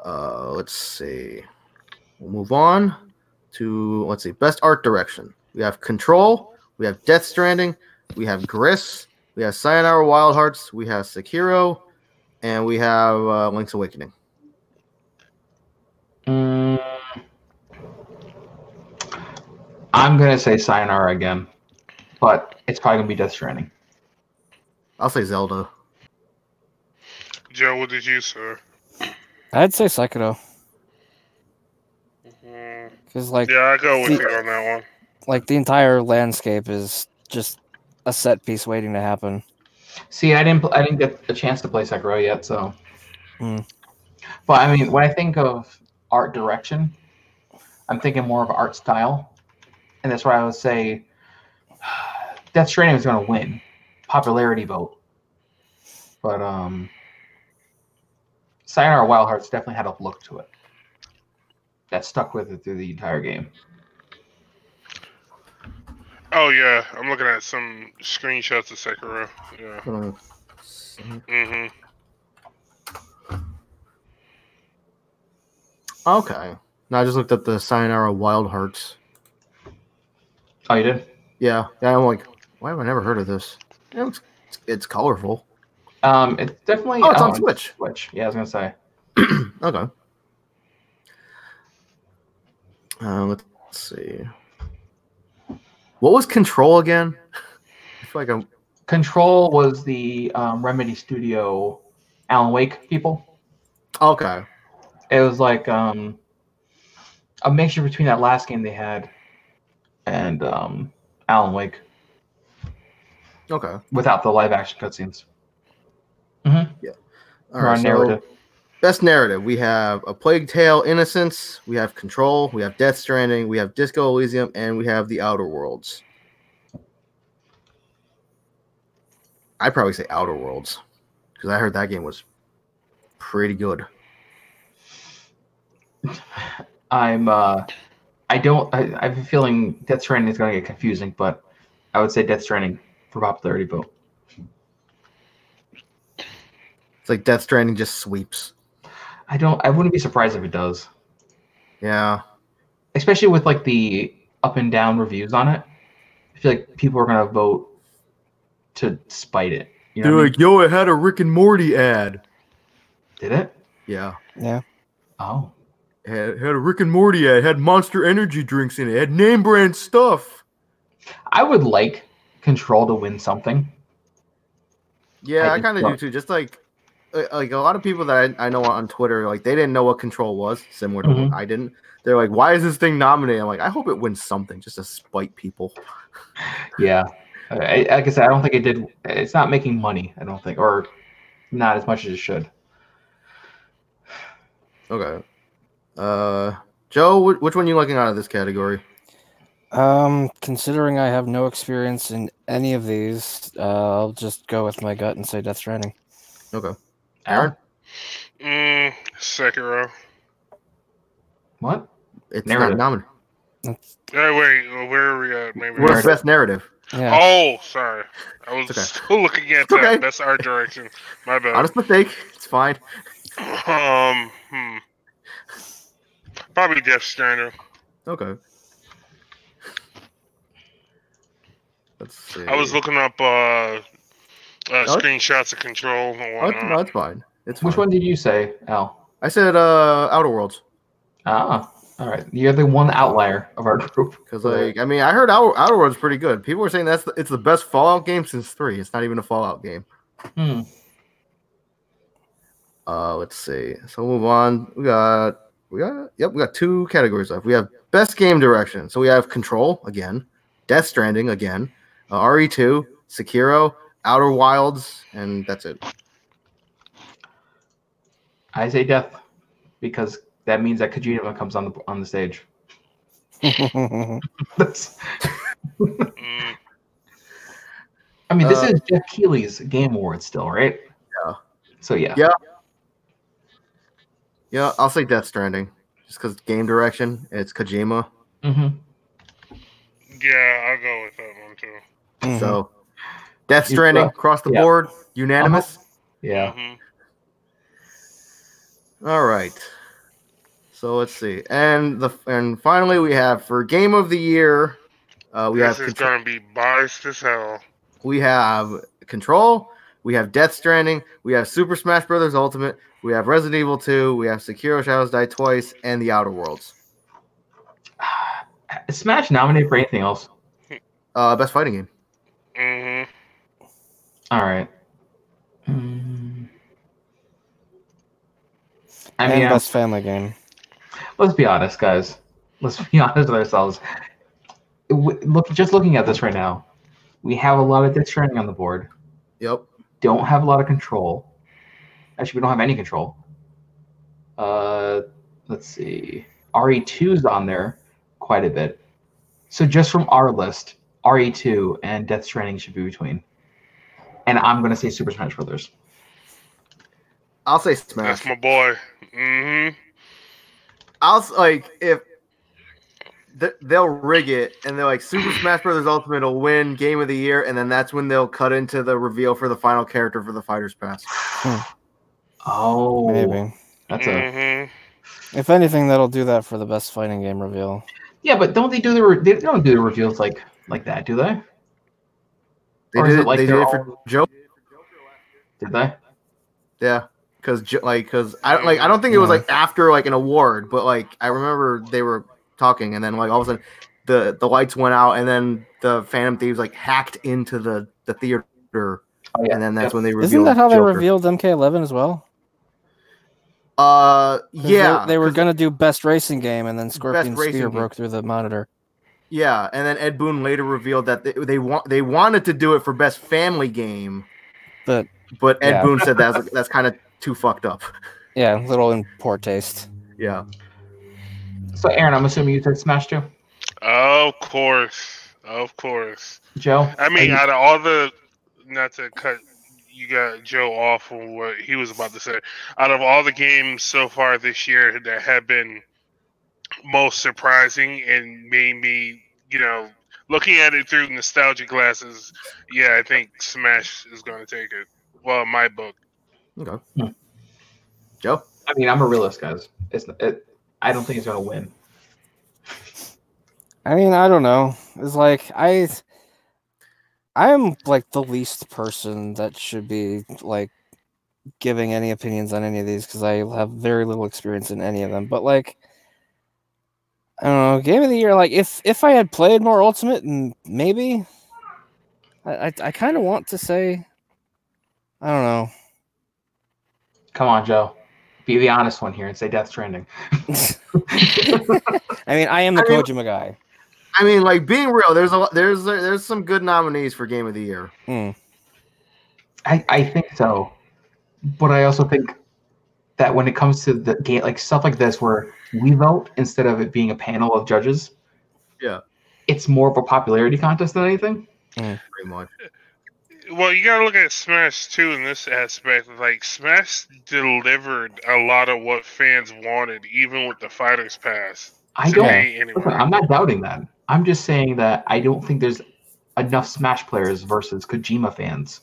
Uh, let's see. We'll move on to let's see. Best art direction. We have Control. We have Death Stranding. We have Gris. We have Sayonara Wild Hearts. We have Sekiro, and we have uh, Link's Awakening.
Mm. I'm gonna say Sayonara again, but it's probably gonna be Death Stranding.
I'll say Zelda.
Joe, what did you say?
I'd say Psycho
Mhm.
because like
Yeah, I go with
See-
you on that one.
like the entire landscape is just a set piece waiting to happen.
See, I didn't, pl- I didn't get a chance to play Sekiro yet, so.
Hmm.
But I mean, when I think of art direction, I'm thinking more of art style, and that's why I would say Death Stranding is going to win popularity vote. But um, Sayonara Wild Hearts definitely had a look to it that stuck with it through the entire game.
Oh, yeah. I'm looking at some screenshots of Sekiro.
Uh,
Yeah. hmm
Okay. Now I just looked up the Sayonara Wild Hearts.
Oh, you did?
Yeah. yeah I'm like, why have I never heard of this? It looks, it's, it's colorful.
Um, it's definitely.
Oh, it's on
oh,
Switch.
Switch. Yeah, I was gonna say.
Okay. Uh, let's see. What was Control again? I feel like I'm.
Control was the um, Remedy Studio Alan Wake people.
Okay.
It was like um, a mixture between that last game they had and um, Alan Wake
Okay.
without the live action cutscenes.
All
Or
right.
a
So
narrative.
best narrative. We have A Plague Tale, Innocence. We have Control. We have Death Stranding. We have Disco Elysium, and we have The Outer Worlds. I'd probably say Outer Worlds because I heard that game was pretty good.
I'm. Uh, I don't. I, I have a feeling Death Stranding is going to get confusing, but I would say Death Stranding for popularity vote.
It's like Death Stranding just sweeps.
I don't. I wouldn't be surprised if it does,
Yeah.
especially with like the up and down reviews on it. I feel like people are going to vote to spite it. You know what I mean?
yo, it had a Rick and Morty ad.
Did it?
Yeah.
Yeah,
Oh.
It had, it had a Rick and Morty ad. It had monster energy drinks in it. It had name brand stuff.
I would like Control to win something.
Yeah,
I
I,
just
kind of
don't-
do too. Just like uh, like a lot of people that I, I know on Twitter, like they didn't know what control was, similar to
Mm-hmm.
what I didn't. They're like, why is this thing nominated? I'm like, I hope it wins something just to spite people.
Yeah. I, I- like I said, I don't think it did. It's not making money, I don't think, or not as much as it should.
Okay. Uh Joe, wh- which one you liking out of this category?
um, considering I have no experience in any of these, uh, I'll just go with my gut and say Death Stranding.
Okay. Aaron?
Mm, Sekiro.
What?
It's
Narrative.
not nominated.
Oh, wait. uh, Where are we at? Maybe.
What's
Narrative.
best narrative?
Yeah,
Oh, sorry. I was
It's okay.
still looking at
It's okay.
that. That's our direction. My bad.
Honest mistake. It's fine.
Um, hmm. Probably Death Stranding.
Okay. Let's see.
I was looking up uh, uh
it's-
screenshots of Control and
Oh, it's, no,
whatnot.
it's fine. It's
Which
fine.
one did you say, Al?
I said uh Outer Worlds
Ah, all right. You're the one outlier of our group.
because like I mean I heard Outer, Outer Worlds pretty good. People were saying that's the, it's the best Fallout game since three. It's not even a Fallout game.
Hmm.
Uh, let's see. So we'll move on. We got we got yep we got two categories left. We have best game direction. So we have Control again, Death Stranding again, uh, RE2, Sekiro, Outer Wilds, and that's it.
I say death because that means that Kojima comes on the on the stage. That's,
Mm,
I mean, this
Uh,
is Jeff Keighley's Game Awards still, right?
Yeah.
So yeah.
Yeah. Yeah, I'll say Death Stranding just because game direction. It's Kojima.
Mm-hmm.
Yeah, I'll go with that one too.
Mhm.
So, Death
You-
Stranding
uh,
across the
yeah.
board, unanimous.
Yeah.
Mhm.
All right. So let's see, and the and finally we have for game of the year, uh, we have
this is
Contr-
gonna be biased as hell.
we have Control, we have Death Stranding, we have Super Smash Brothers Ultimate, we have Resident Evil 2, we have Sekiro Shadows Die Twice, and The Outer Worlds.
Is Smash nominated for anything else?
Uh, best fighting game.
hmm
All right. Mm. I
and
mean, uh,
best family game.
let's be honest, guys. Let's be honest with ourselves. W- Look, just looking at this right now, we have a lot of Death Stranding on the board.
Yep.
Don't have a lot of control. Actually, we don't have any control. Uh, let's see. RE2's on there quite a bit. So just from our list, RE2 and Death Stranding should be between. And I'm gonna say Super Smash Brothers.
I'll say
That's
Smash.
my boy. hmm
I'll s- like if th- they'll rig it and they're like Super Smash Brothers Ultimate will win game of the year, and then that's when they'll cut into the reveal for the final character for the Fighters Pass.
Oh,
Maybe.
that's a
hmm
If anything, that'll do that for the best fighting game reveal.
yeah. But don't they do the re- they don't do the reveals like like that, do they?
They
Or is
did
it
it,
like
they did
they're
it for Joe.
Did they?
Yeah, because like because I don't like I don't think it was
Yeah.
like after like an award, but like I remember they were talking, and then like all of a sudden the the lights went out, and then the Phantom Thieves like hacked into the the theater,
Oh, yeah.
and then that's
Yep.
when they revealed.
Isn't that how they
Joker.
revealed MK11 as well?
Uh,
'Cause
yeah,
they, they were
'cause-
gonna do best racing game, and then Scorpion
racing
Spear
game.
broke through the monitor.
Yeah, and then Ed Boon later revealed that they, they want they wanted to do it for best family game,
But
but Ed
Yeah.
Boon said that was, that's kind of too fucked up.
yeah, a little in poor taste.
Yeah,
So Aaron, I'm assuming you said Smash too.
Of course, of course.
Joe.
I
Are
mean,
you-
out of all the, not to cut, you got Joe off on what he was about to say. Out of all the games so far this year that have been most surprising and made me, you know, looking at it through nostalgia glasses, yeah, I think Smash is going to take it. Well, in my book.
okay.
Hmm.
Joe,
I mean, I'm a realist, guys. It's it, I don't think it's gonna win.
I mean, I don't know. It's like I, I'm like the least person that should be like giving any opinions on any of these because I have very little experience in any of them. But like, I don't know, game of the year. Like, if if I had played more Ultimate, and maybe, I I, I kind of want to say, I don't know.
Come on, Joe. Be the honest one here and say Death Stranding.
I mean, I am the
I mean-
Kojima guy.
I mean, like being real, there's a lot- there's there's some good nominees for game of the year.
Hmm.
I, I think so, but I also think that when it comes to the game, like stuff like this, where we vote instead of it being a panel of judges,
Yeah.
it's more of a popularity contest than anything.
Pretty much.
Well, you gotta look at Smash too in this aspect. Like Smash delivered a lot of what fans wanted, even with the Fighters Pass.
I don't.
Today,
Listen,
anyway.
I'm not doubting that. I'm just saying that I don't think there's enough Smash players versus Kojima fans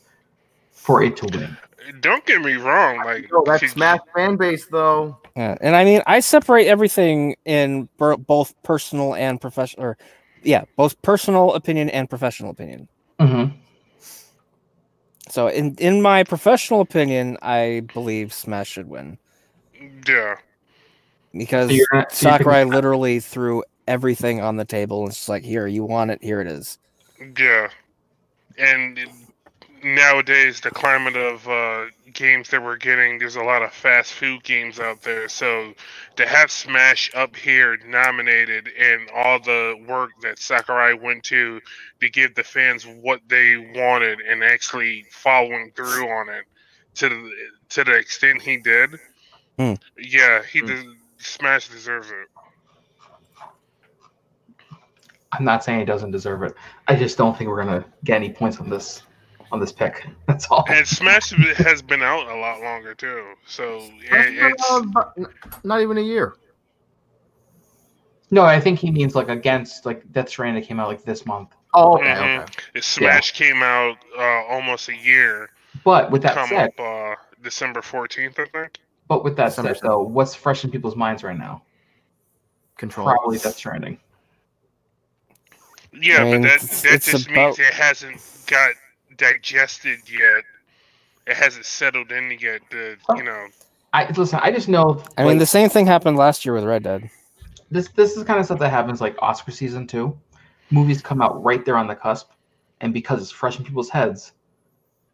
for it to win.
Don't get me wrong. Like
No, that's
Ki-
Smash fan base though.
Yeah, and I mean, I separate everything in bur- both personal and professional, or yeah, both personal opinion and professional opinion.
Mm-hmm.
So, in in my professional opinion, I believe Smash should win
Yeah.
because
So you're not- so you're
Sakurai literally threw everything on the table and it's just like, here, you want it, here it is.
Yeah, and nowadays the climate of uh, games that we're getting, there's a lot of fast food games out there. So to have Smash up here nominated and all the work that Sakurai went to to give the fans what they wanted and actually following through on it to the, to the extent he did,
Hmm.
yeah, he
Hmm.
des- Smash deserves it.
I'm not saying it doesn't deserve it. I just don't think we're gonna get any points on this on this pick. That's all.
And Smash has been out a lot longer too, so it,
That's
it's.
not, about- not even a year.
No, I think he means like against like Death Stranding came out like this month.
Oh, okay,
Mhm.
okay.
Smash came out uh, almost a year.
But with that
come
said,
up uh, December 14th, I think.
but with that said
December
though, what's fresh in people's minds right now?
Control.
Probably Death Stranding.
Yeah,
mean,
but that
it's-
that
it's
just
about-
means it hasn't got digested yet. It hasn't settled in yet. The you know
I listen. I just know.
I mean,
like,
the same thing happened last year with Red Dead.
this this is kind of stuff that happens like Oscar season too. Movies come out right there on the cusp, and because it's fresh in people's heads,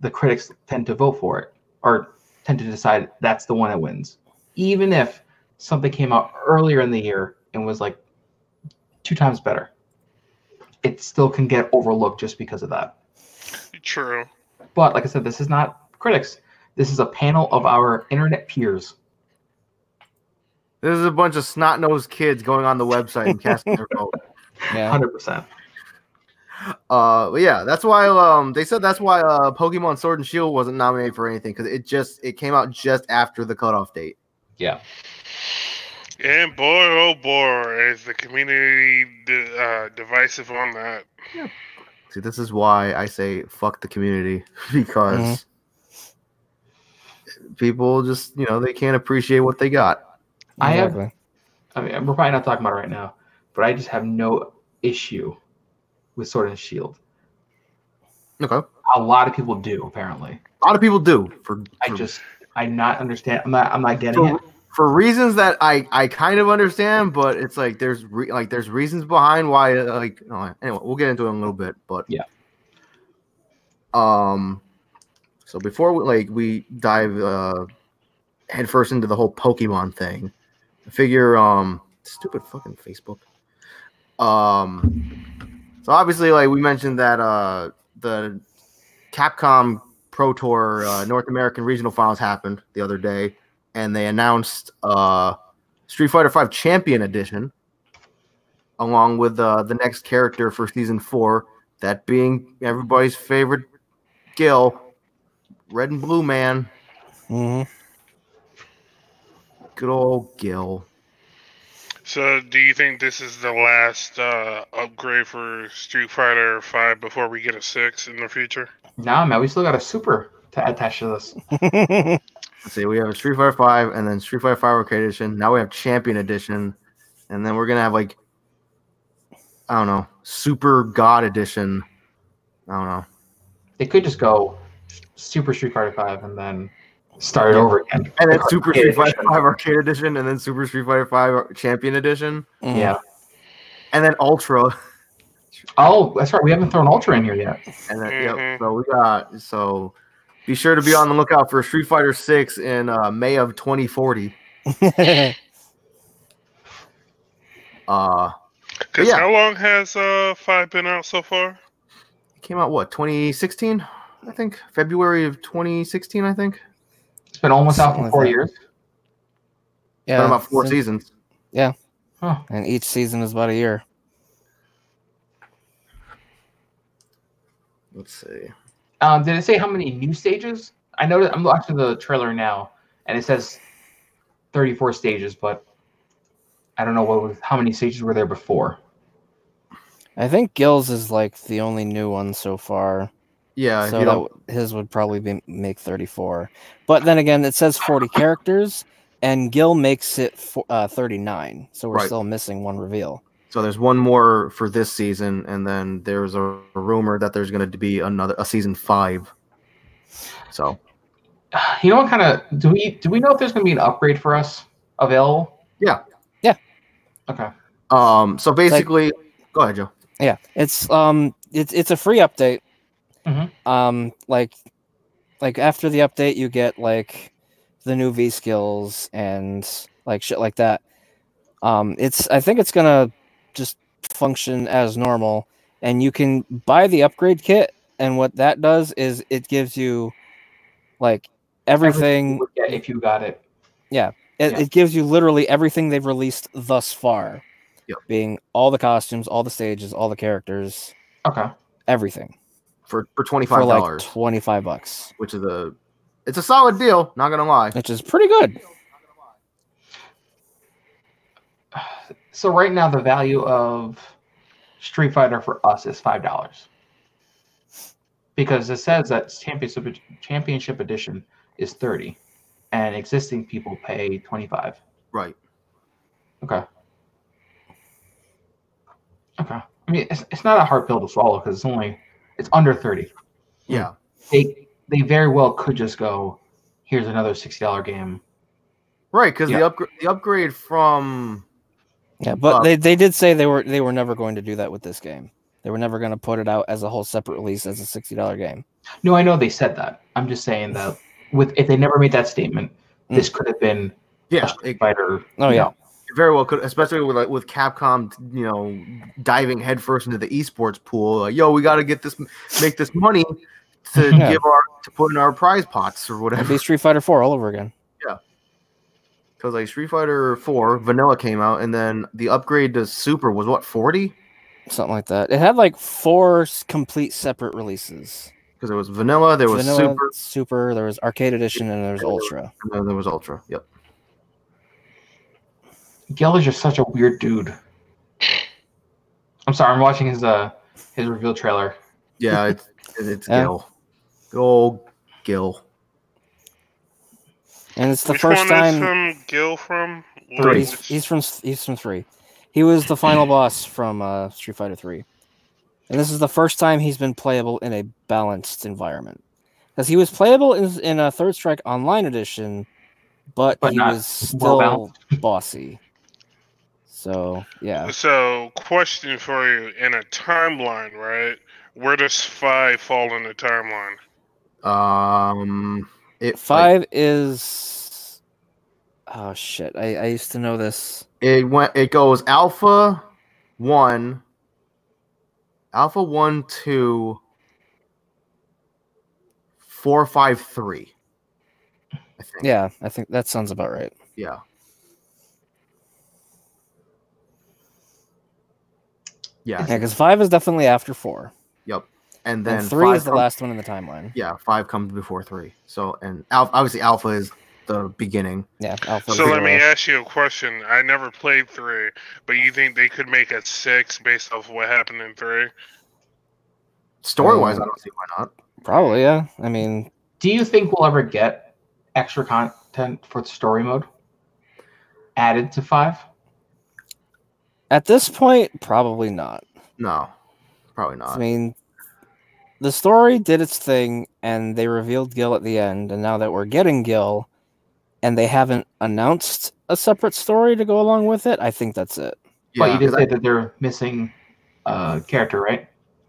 the critics tend to vote for it or tend to decide that's the one that wins, even if something came out earlier in the year and was like two times better. It still can get overlooked just because of that.
true.
But like I said, this is not critics. This is a panel of our internet peers.
This is a bunch of snot nosed kids going on the website and casting their vote.
Yeah.
100%.
Uh, but yeah, that's why um they said that's why uh Pokemon Sword and Shield wasn't nominated for anything because it just it came out just after the cutoff date.
Yeah.
And boy, oh boy, is the community di- uh, divisive on that.
See, this is why I say fuck the community because people just you know they can't appreciate what they got.
I have-
Exactly.
I mean, we're probably not talking about it right now, but I just have no issue with Sword and Shield.
Okay, a
A lot of people do, apparently.
lot of people do for
I
for,
just, I not understand. I'm not, I'm not getting
for,
it.
for reasons that I I kind of understand, but it's like there's re- like there's reasons behind why uh, like oh, anyway we'll get into it in a little bit, but
Yeah.
Um, so before we, like we dive uh headfirst into the whole Pokemon thing, I figure um stupid fucking Facebook. Um, so obviously like we mentioned that uh the Capcom Pro Tour uh, North American Regional Finals happened the other day and they announced uh, Street Fighter V Champion Edition, along with uh, the next character for season four, that being everybody's favorite Gil, Red and Blue Man,
Mhm.
good old Gil.
So, do you think this is the last uh, upgrade for Street Fighter Five before we get a six in the future?
Nah, man, we still got a super to attach to this.
Mm-hmm.
Let's see, we have a Street Fighter Five, and then Street Fighter Five Arcade Edition. Now we have Champion Edition, and then we're gonna have like, I don't know, Super God Edition. I don't know.
They could just go Super Street Fighter Five and then start it over again.
And then Super
Arcade
Street Fighter
Edition.
Five Arcade Edition, and then Super Street Fighter Five Champion Edition.
Mhm.
Yeah.
and then Ultra,
Oh, that's right. We haven't thrown Ultra in here yet.
and then
Mhm.
yep. So we got so be sure to be on the lookout for Street Fighter Six in uh, May of 2040. Uh,
Because
Yeah.
how long has uh, Five been out so far?
it came out what 2016, I think February of 2016, I think.
It's been almost out
Something
for
like
four
that.
years.
Yeah,
yeah.
about four
so-
seasons.
Huh.
And each season is about a year.
Let's see.
Um, did it say how many new stages? I noticed I'm watching the trailer now, and it says 34 stages, but I don't know what was, how many stages were there before.
I think Gills is like the only new one so far.
Yeah,
so
you
that
don't,
w- his would probably be make 34. But then again, it says 40 characters, and Gil makes it fo- uh, 39. So we're
Right.
still missing one reveal.
so there's one more for this season, and then there's a rumor that there's going to be another a season five. So
You know what kind of do we do we know if there's going to be an upgrade for us available?
Yeah.
Yeah.
Okay.
um, so basically, go ahead, Joe.
Yeah, it's um, it's it's a free update.
Mhm.
Um, like, like after the update, you get like the new V skills and like shit like that. Um, it's I think it's gonna just function as normal, and you can buy the upgrade kit. And what that does is it gives you like everything.
Would get If you got it,
It,
Yeah.
it gives you literally everything they've released thus far,
Yep.
being all the costumes, all the stages, all the characters,
okay.
everything
For for twenty
for
five
like
dollars,
25 bucks,
which is a it's a solid deal. Not gonna lie.
which is pretty good.
so right now the value of Street Fighter for us is five dollars because it says that championship championship edition is thirty, and existing people pay twenty five.
Right.
Okay. Okay. I mean, it's, it's not a hard pill to swallow because it's only it's under thirty.
Hmm.
Yeah.
They they very well could just go, here's another sixty dollar game.
Right, because
Yeah.
the upgrade the upgrade from
Yeah, but
Uh,
they, they did say they were they were never going to do that with this game. They were never going to put it out as a whole separate release as a sixty dollar game.
No, I know they said that. I'm just saying that with if they never made that statement, this could have been
yeah,
a
it
fighter.
Mm. Oh yeah,
very well could, especially with like with Capcom, you know, diving headfirst into the esports pool. Like, yo, we got to get this, make this money to
Yeah.
give our to put in our prize pots or
it'd
whatever.
be Street Fighter Four all over again.
Because like Street Fighter Four Vanilla came out, and then the upgrade to Super was what forty?
something like that. It had like four s- complete separate releases.
Because there was Vanilla, there was
Vanilla,
Super,
Super, there was Arcade Edition, and there was Ultra.
and then there was Ultra. Yep.
Gil is just such a weird dude. I'm sorry, I'm watching his uh his reveal trailer.
Yeah, it's it's
Yeah.
Gil, good old Gil.
And it's the
Which
first
one
time
is from Gil from?
Three.
he's, he's from s- he's from three. He was the final boss from uh, Street Fighter Three, and this is the first time he's been playable in a balanced environment. Because he was playable in, in a Third Strike Online edition, but,
But
he
not
was still
well balanced.
bossy. So yeah,
So, question for you in a timeline, right? Where does five fall in the timeline?
Um, it like,
five is oh shit. I, I used to know this.
it went it goes alpha one alpha one two four five three i think
Yeah, I think that sounds about right.
yeah yeah
Yeah, because five is definitely after four,
and
and
then
three
five
is the
comes-
last one in the timeline.
yeah five comes before three so and alpha obviously alpha is the beginning
Yeah, alpha.
So,
is
let
the
me
last.
ask you a question. I never played three, but you think they could make a six based off what happened in three?
story
Oh.
wise i don't see why not
Probably, yeah. I mean,
Do you think we'll ever get extra content for the story mode added to five?
at this point, probably not.
no probably not
I mean, the story did its thing, and they revealed Gil at the end. And now that we're getting Gil, and they haven't announced a separate story to go along with it, I think that's it.
but you did
'cause
say
I-
that they're missing uh character, right?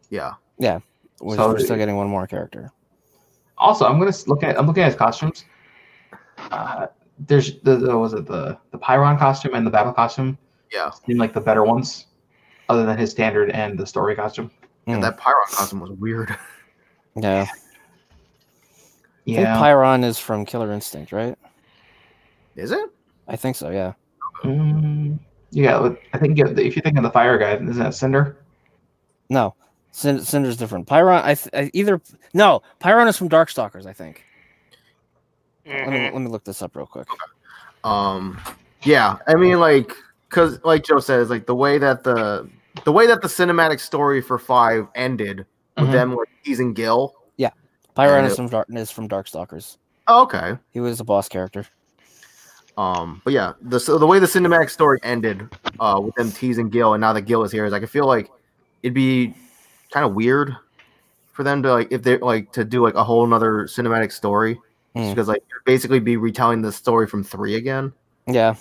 yeah
We're,
So-
we're still getting one more character.
Also, I'm gonna s- look at I'm looking at his costumes. Uh, there's the, the was it the the Pyron costume and the battle costume
yeah
seem like the better ones, other than his standard and the story costume.
And
Mm.
that Pyron costume was weird.
Yeah, I think
Yeah,
Pyron is from Killer Instinct, right?
Is it?
I think so. Yeah,
Mm, yeah. but I think if if you think of the fire guy, isn't that Cinder?
no, Cin- Cinder's different. Pyron, I, th- I either no, Pyron is from Darkstalkers. I think. Let me
Mm-hmm.
Mhm.
let me look this up real quick.
Um, yeah. I mean, like, cause like Joe says, like the way that the the way that the cinematic story for Five ended with
Mhm.
them like teasing Gil.
Pyron
And
is
it-
from Dark is from Darkstalkers.
Oh, okay.
He was a boss character.
Um, but yeah, the so the way the cinematic story ended, uh, with them teasing Gil, and now that Gil is here, is like I feel like it'd be kind of weird for them to like if they like to do like a whole another cinematic story
Mm.
because like you'd basically be retelling the story from three again.
Yeah,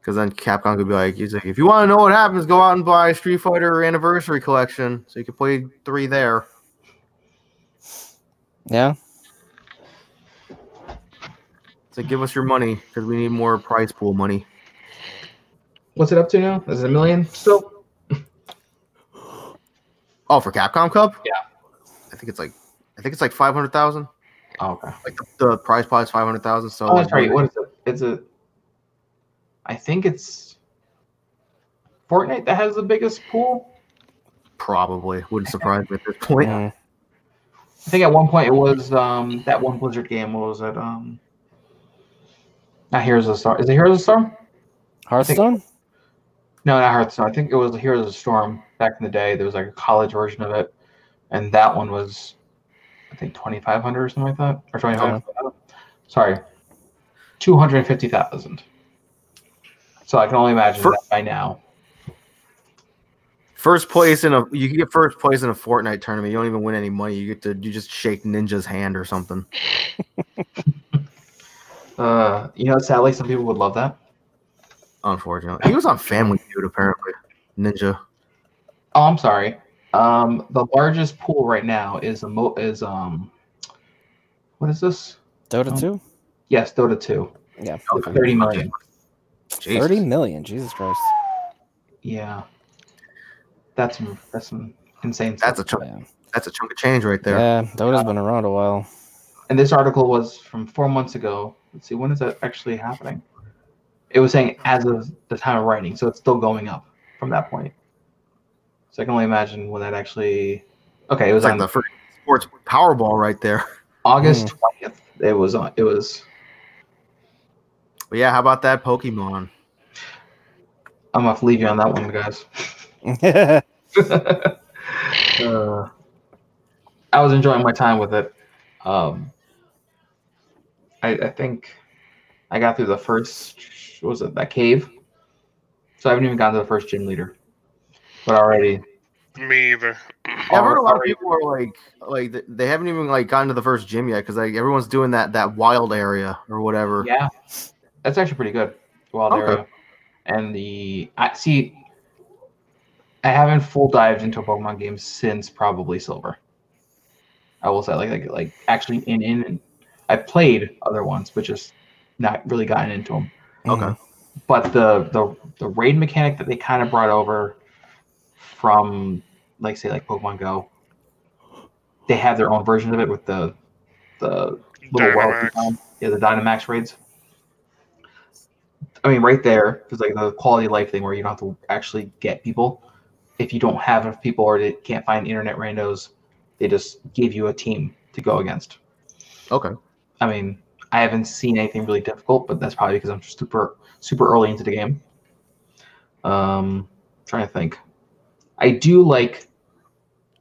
Because then Capcom could be like, he's like, if you want to know what happens, go out and buy Street Fighter Anniversary Collection, so you can play three there.
yeah.
So give us your money because we need more prize pool money.
What's it up to now? Is it a million still?
Oh, for Capcom Cup?
Yeah.
I think it's like, I think it's like five hundred thousand.
Oh, okay.
Like the, the prize pot is five hundred thousand. So
Oh, that's right. What is it? It's a. I think it's Fortnite that has the biggest pool.
probably wouldn't surprise me at this point.
Mm.
I think at one point it was um that one Blizzard game. What was it? Um, not Heroes of the Storm. Is it Heroes of the Storm?
Hearthstone?
No, not Hearthstone. I think it was Heroes of the Storm back in the day. There was like a college version of it, and that one was, I think, twenty five hundred or something like that, or twenty five. Sorry, two hundred fifty thousand. So I can only imagine
For-
that by now.
First place in a you can get first place in a Fortnite tournament. You don't even win any money. You get to you just shake Ninja's hand or something.
Uh, you know, sadly, some people would love that.
Unfortunately, he was on Family Feud apparently. Ninja.
Oh, I'm sorry. Um, the largest pool right now is a mo- is um, what is this?
Dota
Um,
2?
Yes, Dota two.
Yeah.
Oh, thirty million.
Jesus.
30 million. Jesus Christ.
Yeah, that's some, that's some insane. stuff.
That's a chunk.
Yeah.
That's a chunk of change right there.
Yeah, Dota's been around a while.
and this article was from four months ago. Let's see, when is that actually happening? It was saying as of the time of writing, so it's still going up from that point. So I can only imagine when that actually. Okay, it
It's
was
like
on
the Hmm. first sports Powerball right there.
August twentieth. It was on. It was.
But yeah, how about that Pokemon?
I'm gonna have to leave you on that one, guys.
Mm.
uh, I was enjoying my time with it. Um, I, I think I got through the first. What was it that cave? So I haven't even gotten to the first gym leader, but already.
Me either.
Yeah, I've heard a lot of
already-
people are like, like th- they haven't even like gotten to the first gym yet because like everyone's doing that that wild area or whatever.
Yeah, that's actually pretty good. Wild
Okay.
area, and the I see. I haven't full dived into a Pokemon game since probably Silver. I will say, like, like, like actually in in. And I played other ones, but just not really gotten into them.
Okay.
But the the the raid mechanic that they kind of brought over from, like, say, like Pokemon Go. They have their own version of it with the the little well
Dynamax.
um, yeah the dynamax raids i mean right there is like the quality of life thing where you don't have to actually get people if you don't have enough people or they can't find internet randos they just give you a team to go against
Okay.
i mean i haven't seen anything really difficult but that's probably because i'm super super early into the game um trying to think i do like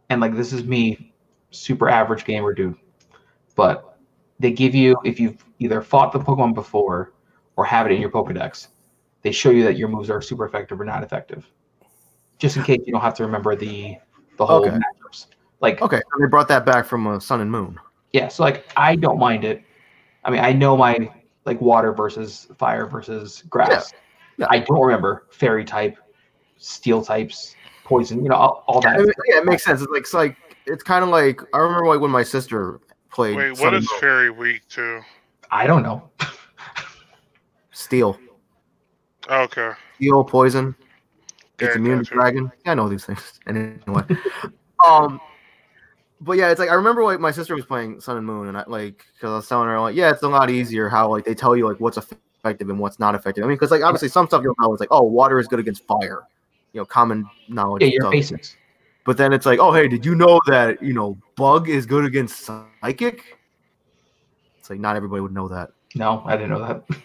and like this is me super average gamer dude but they give you if you've either fought the Pokemon before or have it in your Pokedex, they show you that your moves are super effective or not effective. Just in case you don't have to remember the the whole
Okay.
matchups. Like
Okay. So they brought that back from uh, Sun and Moon.
yeah, so like I don't mind it. I mean I know my like water versus fire versus grass.
Yeah.
I don't remember fairy type, steel types, poison, you know, all, all that.
I mean, yeah, it makes sense. It's like it's like it's kind of like I remember like when my sister played.
Wait,
Sun
what
and
is
Moon.
Fairy Week too?
I don't know.
Steel?
Okay.
Steel poison.
Yeah,
it's immune to
gotcha.
dragon. Yeah, I know these things. And anyway, um, but yeah, it's like I remember like my sister was playing Sun and Moon, and I like because I was telling her like, yeah, it's a lot easier how like they tell you like what's effective and what's not effective. I mean, because like obviously some stuff you'll know it's like, oh, water is good against fire, you know, common knowledge.
Yeah, your
stuff.
basics.
But then it's like, oh, hey, did you know that you know bug is good against psychic? It's like not everybody would know that
No, I didn't know that.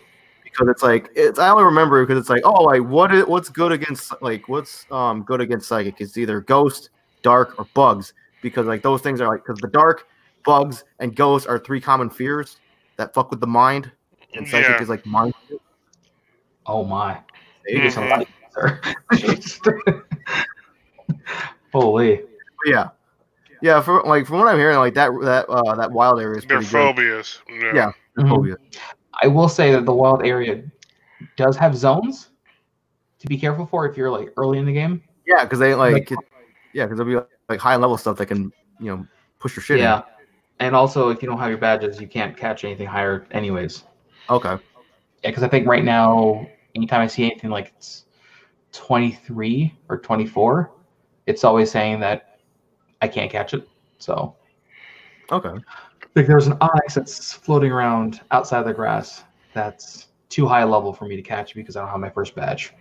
because it's like it's I only remember because it's like oh like what is, what's good against like what's um good against psychic It's either ghost, dark, or bugs because like those things are like because the dark, bugs, and ghosts are three common fears that fuck with the mind, and psychic
Yeah.
is like mind.
Oh my.
Maybe
There's a
Mm-hmm.
lot sir. Holy.
But
Mm-hmm.
yeah, yeah. For like from what I'm hearing, like that that uh, that wild area is
They're
pretty good.
phobias. Yeah.
Yeah. Oh, yeah.
I will say that the wild area does have zones to be careful for if you're like early in the game.
Yeah, because they
Like-
like it- yeah, because there'll be like high level stuff that can you know push your shit. in.
Yeah. And also, if you don't have your badges, you can't catch anything higher, anyways.
Okay.
Yeah, because I think right now, anytime I see anything like it's 23 or 24, it's always saying that I can't catch it. So
Okay.
Like there's an onyx that's floating around outside the grass that's too high level for me to catch because I don't have my first badge.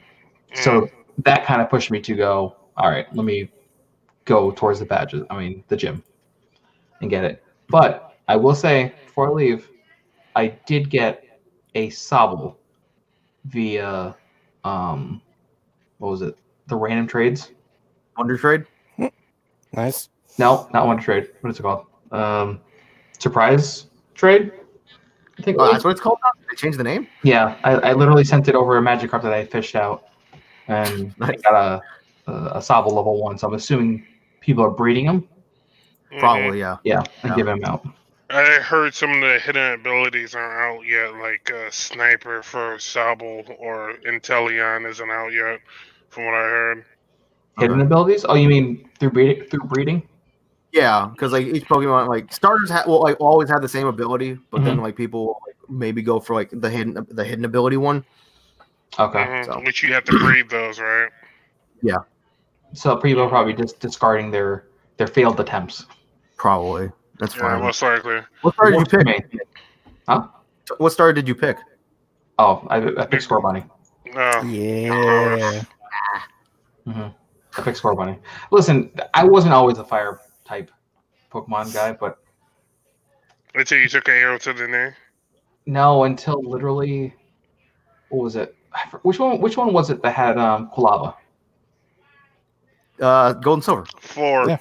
So
Mm-hmm.
that kind of pushed me to go, all right, let me go towards the badges, I mean, the gym and get it. But I will say, before I leave, I did get a Sobble via um, what was it? The random trades?
Wonder Trade. Uh,
Nice.
No, not one trade. What is it called? Um, surprise trade. I think. it
Oh,
was.
that's what it's called. now? They changed the name.
Mm-hmm.
Yeah, I, I literally sent it over a magic carp that I fished out, and I
Nice.
got a a, a Saba level one. So I'm assuming people are breeding them
Mhm.
Probably, yeah.
Yeah, and
Yeah.
give him out.
I heard some of the hidden abilities aren't out yet, like uh, Sniper for Sobble or Inteleon isn't out yet, from what I heard.
Hidden
Okay.
abilities? Oh, you mean through breeding? Through breeding?
Yeah, because like each Pokemon, like starters ha- will like always have the same ability, but then like people will, like, maybe go for like the hidden the hidden ability one.
Okay,
Mhm,
Ah, so-
Which you have to breed those, right?
so people are probably just discarding their their failed attempts.
Probably that's
Yeah,
fine.
most likely. Uh,
What starter did
Works
you
for
pick?
me.
What starter did you pick?
Oh, I, I picked score bunny.
No.
Yeah.
I picked score bunny. Listen, I wasn't always a fire type Pokemon guy, but
Until you took a arrow to the knee.
no, until literally, what was it? I for- Which one? Which one was it that had um, Kulava?
Uh, gold and silver.
Four.
Yeah.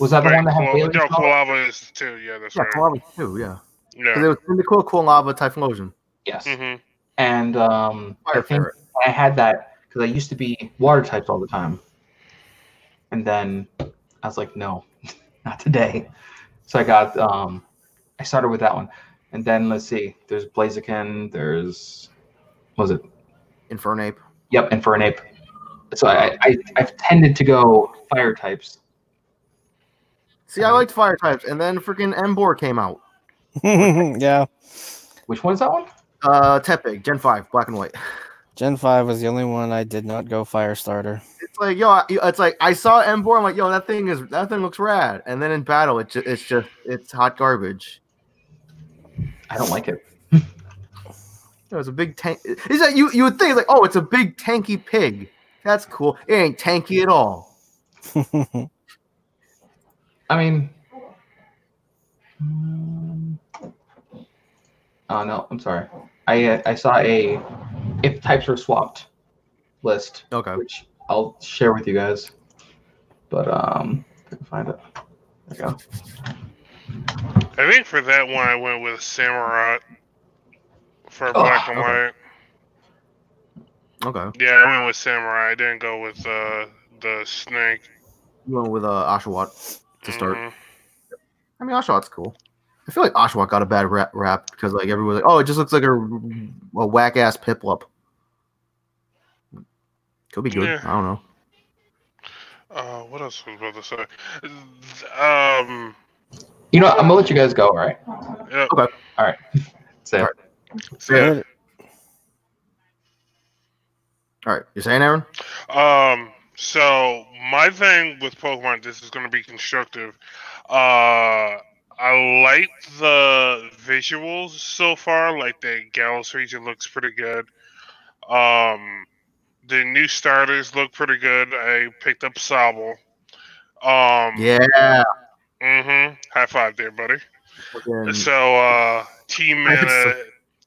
Was that the
Right,
one that had
Kula-
Bailey's
no,
Kulava?
Kulava is two. Yeah, that's
Yeah,
right.
Kulava too. Yeah, because
Yeah.
it was Cyndaquil, Cool Lava, Typhlosion.
Yes.
Mhm.
And um, I
Fire
think
ferret.
I had that because I used to be water typed all the time. And then I was like, no, not today. So I got, um, I started with that one. And then let's see, there's Blaziken, there's, what was it?
Infernape.
Yep, and for an ape. So I, I, I've tended to go fire types.
See,
Mm-hmm.
I liked fire types, and then freaking Embor came out.
yeah.
Which one's that one?
Uh, Tepig, Gen Five, Black and White.
Gen 5 was the only one I did not go Firestarter.
It's like yo, I- it's like I saw Embor. I'm like yo, that thing is that thing looks rad, and then in battle, it ju- it's just it's hot garbage.
I don't like it.
It was a big tank. Is that you? You would think like, oh, it's a big tanky pig. That's cool. It ain't tanky at all.
I mean, mm, oh no, I'm sorry. I uh, I saw a if types were swapped list,
Okay.
which I'll share with you guys. But um, if I can find it. There we go.
I think for that one, I went with Samurai for black and
okay.
white.
Okay.
Yeah, I went with Samurai. I didn't go with uh, the snake.
You went with uh, Oshawott to start.
Mhm.
I mean, Oshawott's cool. I feel like Oshawott got a bad rap, rap because like everyone's like, oh, it just looks like a, a whack ass Piplup. Could be good.
Yeah.
I don't know.
Uh, what else was I about to say? Um,
You know, what, I'm gonna let you guys go. All right.
yeah,
So
All
so yeah.
All right. You're saying, Aaron?
Um, so my thing with Pokemon, this is going to be constructive. Uh, I like the visuals so far. Like the Galos region looks pretty good. Um, the new starters look pretty good. I picked up Sobble. Um,
Yeah.
hmm High five there, buddy.
Fucking-
So uh team
I think
uh,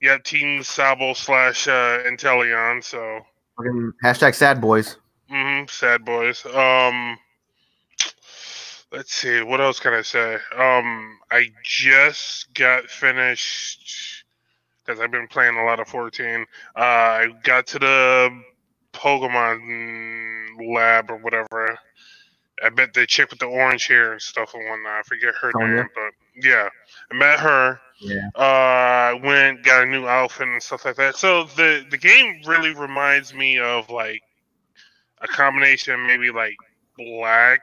yeah, team Sable slash uh Inteleon, so
fucking hashtag sad boys.
hmm sad boys. Um let's see, what else can I say? Um I just got finished because I've been playing a lot of 14. Uh, I got to the Pokemon lab or whatever. I bet the chick with the orange hair and stuff and whatnot. I forget her
Sonya?
name, but yeah, I met her.
Yeah.
Uh, I went, got a new outfit and stuff like that. So the the game really reminds me of like a combination, maybe like Black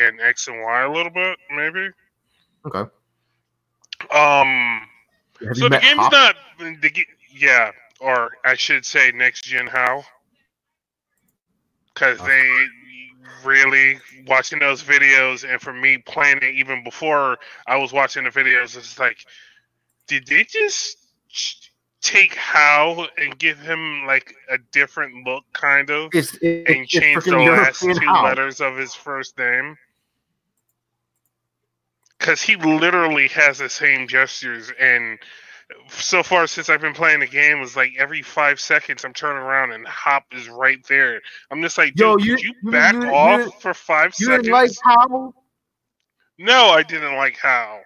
and X and Y a little bit, maybe.
Okay.
Um
Have
so the game's
Hop?
not the ga- yeah, or I should say next gen how, because
Okay.
they really watching those videos, and for me playing it even before I was watching the videos, it's like, did they just ch- take how and give him like a different look, kind of,
It's, it,
and
it's
change the
freaking
last two
European house.
letters of his first name? Because he literally has the same gestures and so far since I've been playing the game was like every five seconds I'm turning around and Hop is right there. I'm just like,
Yo,
dude,
you-
could you,
you
back
didn't- you
off
didn't-
for five
You
seconds?
didn't like how?
no, I didn't like how.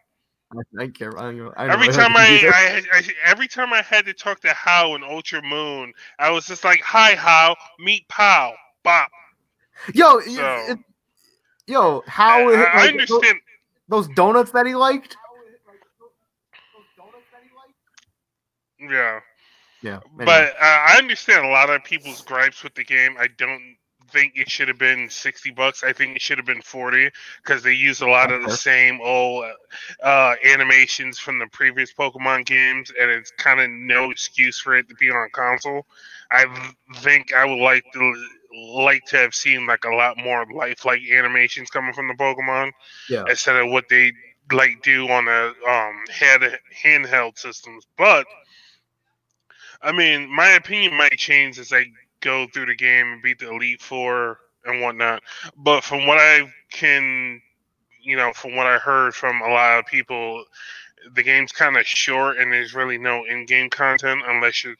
I don't care. I don't know. I don't
Every
know.
time I, I, I every time I had to talk to How in Ultra Moon, I was just like, "Hi, How, meet Pow, Bop."
yo, it-
So-
it- yo,
I,
how?
I,
is it, like,
understand.
those donuts that he liked.
Yeah.
Yeah,
But uh, I understand a lot of people's gripes with the game. I don't think it should have been sixty bucks. I think it should have been forty because they use a lot of the
Okay.
same old uh, animations from the previous Pokemon games, and it's kind of no excuse for it to be on console. I think I would like to like to have seen like a lot more lifelike animations coming from the Pokemon
Yeah.
instead of what they like do on the um hand handheld systems. But I mean, my opinion might change as I go through the game and beat the Elite Four and whatnot. But from what I can, you know, from what I heard from a lot of people, the game's kind of short and there's really no in-game content unless you're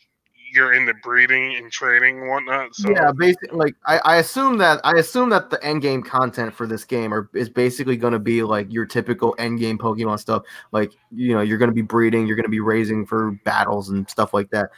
you're into breeding and trading and whatnot. So
yeah, basically, like I, I assume that I assume that the end game content for this game are is basically going to be like your typical end game Pokemon stuff. Like you know, you're going to be breeding, you're going to be raising for battles and stuff like that.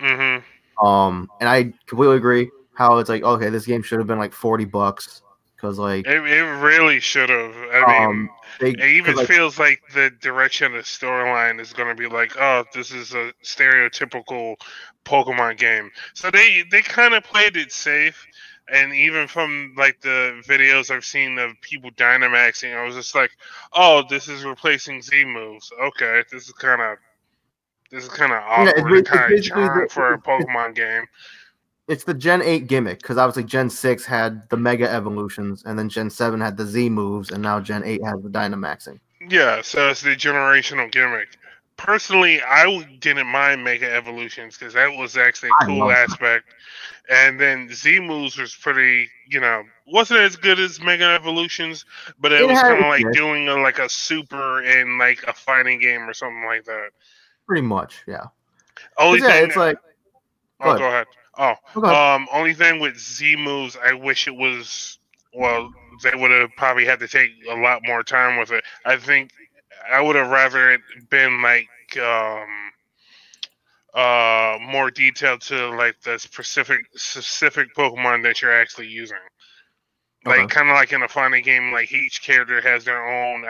hmm
Um, and I completely agree. How it's like, okay, this game should have been like forty bucks because like
it, it really should have. I mean,
um, they
It even
'cause, like,
feels like the direction of the storyline is going to be like, oh, this is a stereotypical Pokemon game. So they they kind of played it safe, and even from like the videos I've seen of people Dynamaxing, I was just like, oh, this is replacing Z moves. Okay, this is kind of this is kind of
it's
awkward
ba- it's
and kind of
basically the-
jarring for a
it's- it's-
Pokemon game.
it's the Gen eight gimmick because obviously Gen six had the Mega Evolutions, and then Gen seven had the Z moves, and now Gen eight has the Dynamaxing.
Yeah, so it's the generational gimmick. Personally, I w- didn't mind Mega Evolutions because that was actually a
I
cool
love that.
aspect. And then Z moves was pretty, you know, wasn't as good as Mega Evolutions, but it,
It
was
had
kind of
its
like
niche.
doing a, like a super in like a fighting game or something like that.
Pretty much, yeah.
Only
'Cause, yeah,
thing,
it's like
oh,
good.
go ahead. Oh,
okay.
um, only thing with Z moves, I wish it was. Well, they would have probably had to take a lot more time with it. I think I would have rather it been like um, uh, more detailed to like the specific specific Pokemon that you're actually using. Like
Okay.
kind of like in a fighting game, like each character has their own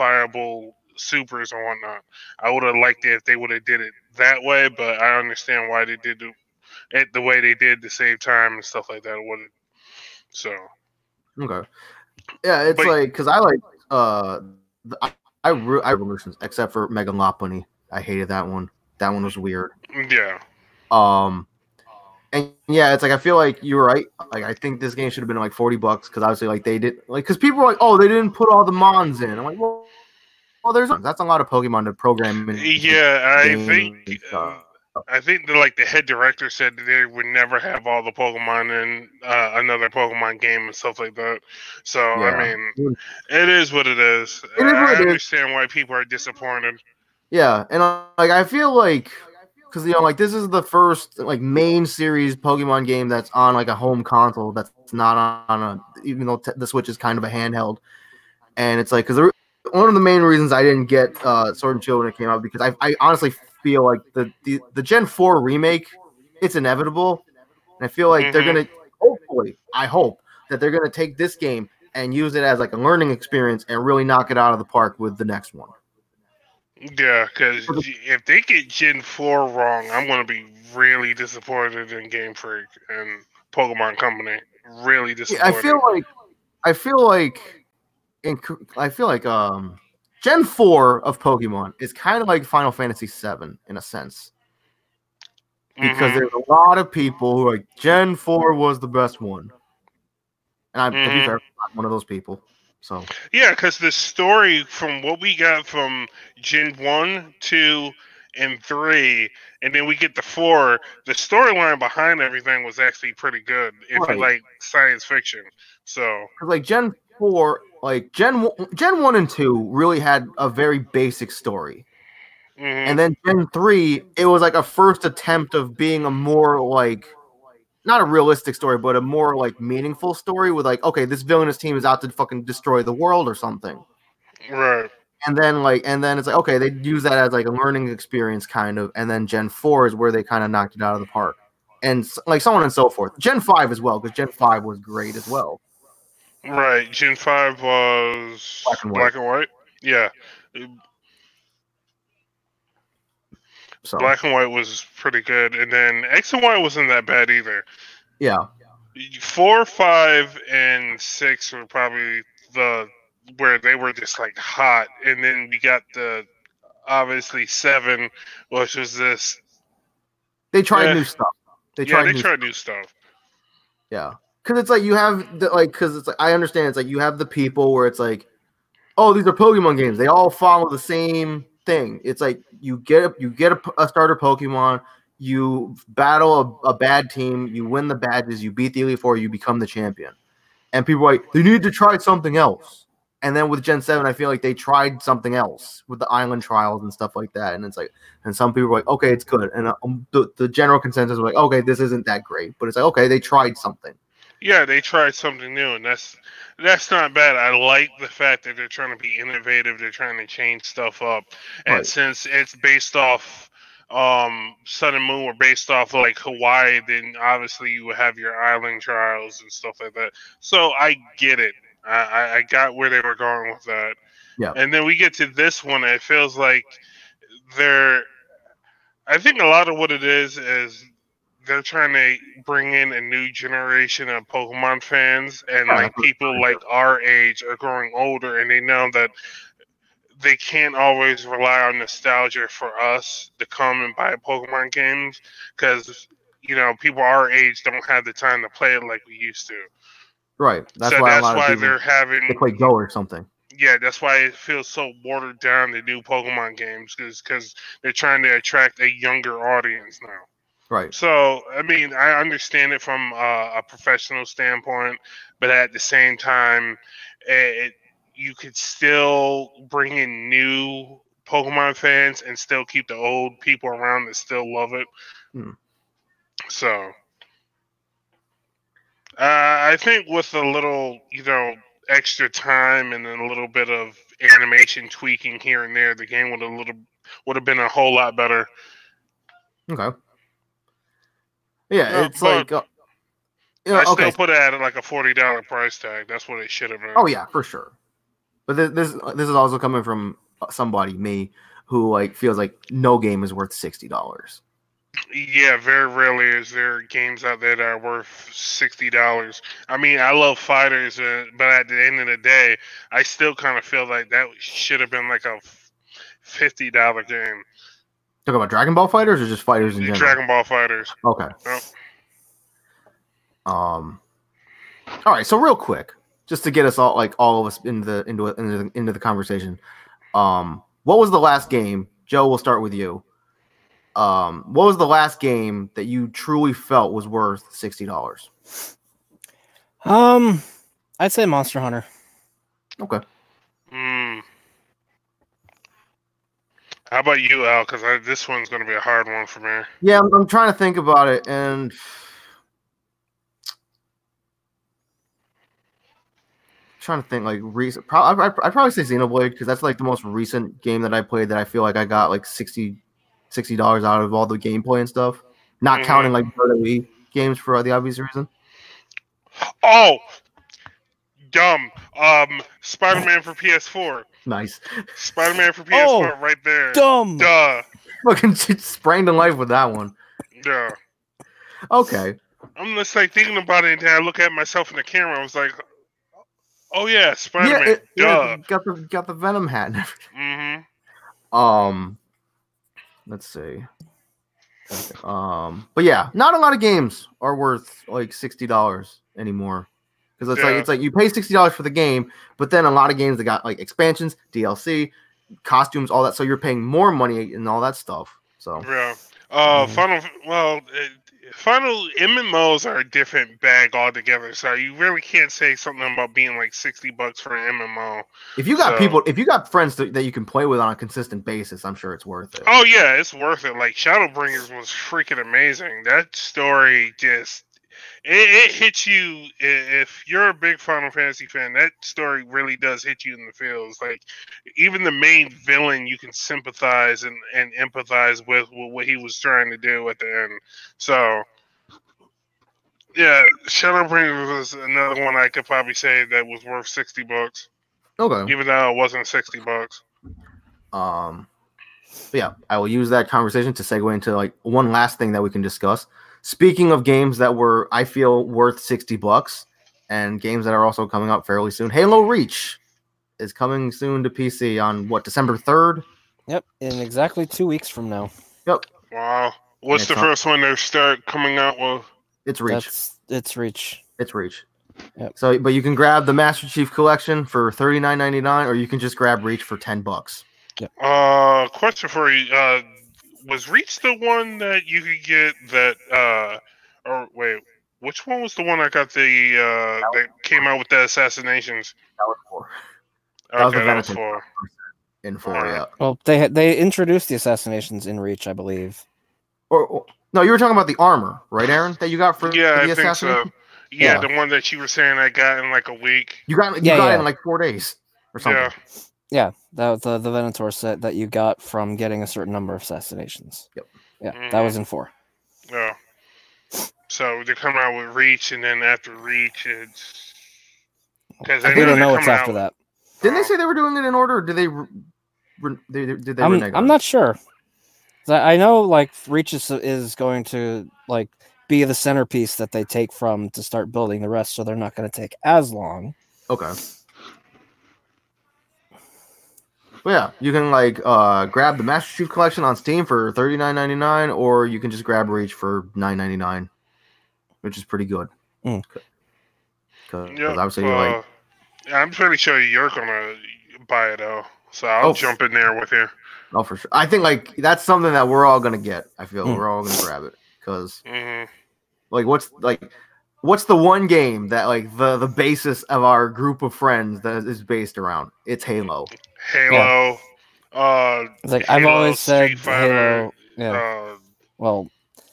identifiable supers and whatnot. I would have liked it if they would have did it that way, but I understand why they did it it the way they did to save time and stuff like that. What it- so
Okay. Yeah, it's
But-
like because I like uh the, I I, re- I revolutions except for Megan Lopunny. I hated that one. That one was weird.
yeah,
Um, and yeah, it's like I feel like you're right. Like I think this game should have been like forty bucks because obviously like they did like because people are like oh they didn't put all the mons in. I'm like well, well there's that's a lot of Pokemon to program. in-
yeah. I
game
think
is,
uh,
uh,
I think that like the head director said that they would never have all the Pokemon in uh, another Pokemon game and stuff like that. So I
Yeah.
mean, it is what it is.
It is
I-
what
I
it is.
understand why people are disappointed.
Yeah, and uh, like I feel like because you know like this is the first like main series Pokemon game that's on like a home console that's not on a even though t- the Switch is kind of a handheld, and it's like because one of the main reasons I didn't get uh, Sword and Shield when it came out because I, I honestly feel like the, the the Gen Four remake it's inevitable, and I feel like they're gonna
Mhm.
hopefully I hope that they're gonna take this game and use it as like a learning experience and really knock it out of the park with the next one.
Yeah, because if they get Gen Four wrong, I'm gonna be really disappointed in Game Freak and Pokemon Company. Really
Yeah, I
disappointed.
feel like I feel like in, I feel like um Gen 4 of Pokemon is kind of like Final Fantasy 7 in a sense because
Mhm.
there's a lot of people who are like Gen 4 was the best one. And I to be
Mhm.
fair, I'm one of those people. So
Yeah, because the story from what we got from Gen 1, 2, and 3, and then we get the 4, the storyline behind everything was actually pretty good if
Right.
you like science fiction. So,
'cause, like Gen 4 like Gen 1 Gen 1 and 2 really had a very basic story.
Mhm.
And then Gen 3, it was like a first attempt of being a more like not a realistic story, but a more like meaningful story with like, okay, this villainous team is out to fucking destroy the world or something.
Right.
And then like and then it's like, okay, they use that as like a learning experience kind of, and then Gen 4 is where they kind of knocked it out of the park. And s- like so on and so forth. Gen 5 as well, because Gen 5 was great as well.
Right. Gen 5 was
Black and white.
black and white. Yeah.
So
Black and white was pretty good. And then X and Y wasn't that bad either.
yeah.
Four, five, and six were probably the where they were just like hot. And then we got the obviously seven, which was this.
They tried
Yeah.
new stuff. They
yeah,
tried
they
new
tried new stuff.
Yeah, because it's like you have the like because it's like I understand it's like you have the people where it's like, oh, these are Pokemon games. They all follow the same thing. It's like you get a, you get a, p- a starter Pokemon, you battle a, a bad team, you win the badges, you beat the Elite Four, you become the champion. And people are like, they need to try something else. And then with Gen Seven, I feel like they tried something else with the Island Trials and stuff like that. And it's like, and some people were like, okay, it's good. And uh, um, the, the general consensus was like, okay, this isn't that great. But it's like, okay, they tried something.
Yeah, they tried something new, and that's that's not bad. I like the fact that they're trying to be innovative. They're trying to change stuff up, and
Right.
since it's based off um Sun and Moon were based off like Hawaii, then obviously you would have your island trials and stuff like that. So I get it. I, I, I got where they were going with that.
Yeah.
And then we get to this one. and It feels like they're. I think a lot of what it is is they're trying to bring in a new generation of Pokemon fans, and
Yeah,
like people like our age are growing older, and they know that they can't always rely on nostalgia for us to come and buy Pokemon games because you know people our age don't have the time to play it like we used to.
Right. That's
so
why
that's
a lot
why
of people
they're having
they play Go or something.
yeah, that's why it feels so watered down the new Pokemon games because they're trying to attract a younger audience now.
Right.
So, I mean, I understand it from uh, a professional standpoint, but at the same time, it, you could still bring in new Pokemon fans and still keep the old people around that still love it.
Hmm.
So, uh, I think with a little, you know, extra time and then a little bit of animation tweaking here and there, the game would a little would have been a whole lot better.
Okay. Yeah,
No,
it's
but-
like uh, yeah,
I
Oh, okay.
still put it at like a forty dollar price tag. That's what it should have been.
Oh yeah, for sure. But this this, uh, this is also coming from uh, somebody me who like feels like no game is worth sixty dollars.
Yeah, very rarely is there games out there that are worth sixty dollars. I mean, I love fighters, uh, but at the end of the day, I still kind of feel like that should have been like a fifty dollar game.
Talk about Dragon Ball fighters or just fighters in general.
Dragon Ball Fighters.
Okay.
Yep.
Um. All right. So real quick, just to get us all like all of us into the into into the, into the conversation. Um. What was the last game, Joe? We'll start with you. Um. What was the last game that you truly felt was worth sixty dollars?
Um, I'd say Monster Hunter.
Okay.
Mm. How about you, Al? Because this one's going to be a hard one for me.
Yeah, I'm, I'm trying to think about it, and trying to think like recent. Pro- I, I, I'd probably say Xenoblade because that's like the most recent game that I played that I feel like I got like 60 dollars out of all the gameplay and stuff. Not
Mhm.
counting like early games for the obvious reason.
Oh, dumb. Um, Spider-Man for PS4.
Nice,
Spider-Man for PS4,
Oh,
right there.
Dumb.
Duh.
fucking sprang to life with that one.
Duh.
Okay,
I'm just like thinking about it, and then I look at myself in the camera. I was like, "Oh yeah, Spider
yeah,
Man."
it- yeah,
duh.
got the got the Venom hat and everything.
Mhm.
Um, let's see. Um, but yeah, not a lot of games are worth like sixty dollars anymore because it's like
Yeah.
it's like you pay sixty dollars for the game, but then a lot of games that got like expansions, DLC, costumes, all that, so you're paying more money and all that stuff. So
Yeah. Uh,
Mhm.
Final. Well, it, Final MMOs are a different bag altogether, so you really can't say something about being like sixty bucks for an MMO.
If you got
So-
people, if you got friends that that you can play with on a consistent basis, I'm sure it's worth it.
Oh yeah, it's worth it. Like Shadowbringers was freaking amazing. That story just it, it hits you i- if you're a big Final Fantasy fan. That story really does hit you in the feels. Like even the main villain, you can sympathize and, and empathize with, with what he was trying to do at the end. So yeah, Shadowbringers was another one I could probably say that was worth sixty bucks, Oh,
Okay.
even though it wasn't sixty bucks.
Um. but yeah, I will use that conversation to segue into like one last thing that we can discuss. Speaking of games that were, I feel, worth sixty bucks, and games that are also coming out fairly soon. Halo Reach is coming soon to PC on what December third.
Yep, in exactly two weeks from now.
Wow. What's
it's
the
not-
first one they start coming out with?
It's Reach.
That's it's reach.
It's Reach.
Yep.
So, but you can grab the Master Chief Collection for thirty nine ninety nine, or you can just grab Reach for ten bucks.
Uh, question for you. Uh, was Reach the one that you could get that? Uh, or wait, which one was the one I got the uh that came out with the assassinations?
That was four. That was the
Okay, that was
Vatican.
for.
In four, yeah.
Well, they had they introduced the assassinations in reach, I believe.
Or, or- no, you were talking about the armor, right, Aaron? That you got for
Yeah,
for
I
the
think
assassin.
so. Yeah,
Yeah.
the one that you were saying I got in like a week.
You got you
Yeah,
got it
yeah.
in like four days or something.
Yeah.
Yeah, that was the the Venator set that you got from getting a certain number of assassinations.
Yep.
Yeah,
Mm-hmm.
that was in four.
Yeah. So they come out with Reach, and then after Reach, it's because
We don't know what's after that.
Didn't they say they were doing it in order? Or did they? Re- re- they they- did they
I'm,
renege on
I'm
it?
not sure. 'Cause I I know like Reach is, is going to like be the centerpiece that they take from to start building the rest, so they're not going to take as long.
Okay. But yeah, you can like uh grab the Master Chief Collection on Steam for thirty nine ninety nine, or you can just grab Reach for nine ninety nine, which is pretty good.
Mm.
Because
Yeah, uh,
obviously,
well,
like
I'm pretty sure you're gonna buy it though, so I'll
Oh.
jump in there with you.
no, oh, for sure. I think like that's something that we're all gonna get. I feel
Mm.
we're all gonna grab it because
hmm
like what's like what's the one game that like the the basis of our group of friends that is based around it's halo
Halo, uh,
It's like I've
Halo,
always said
Street Fighter,
Halo. Yeah.
uh,
well,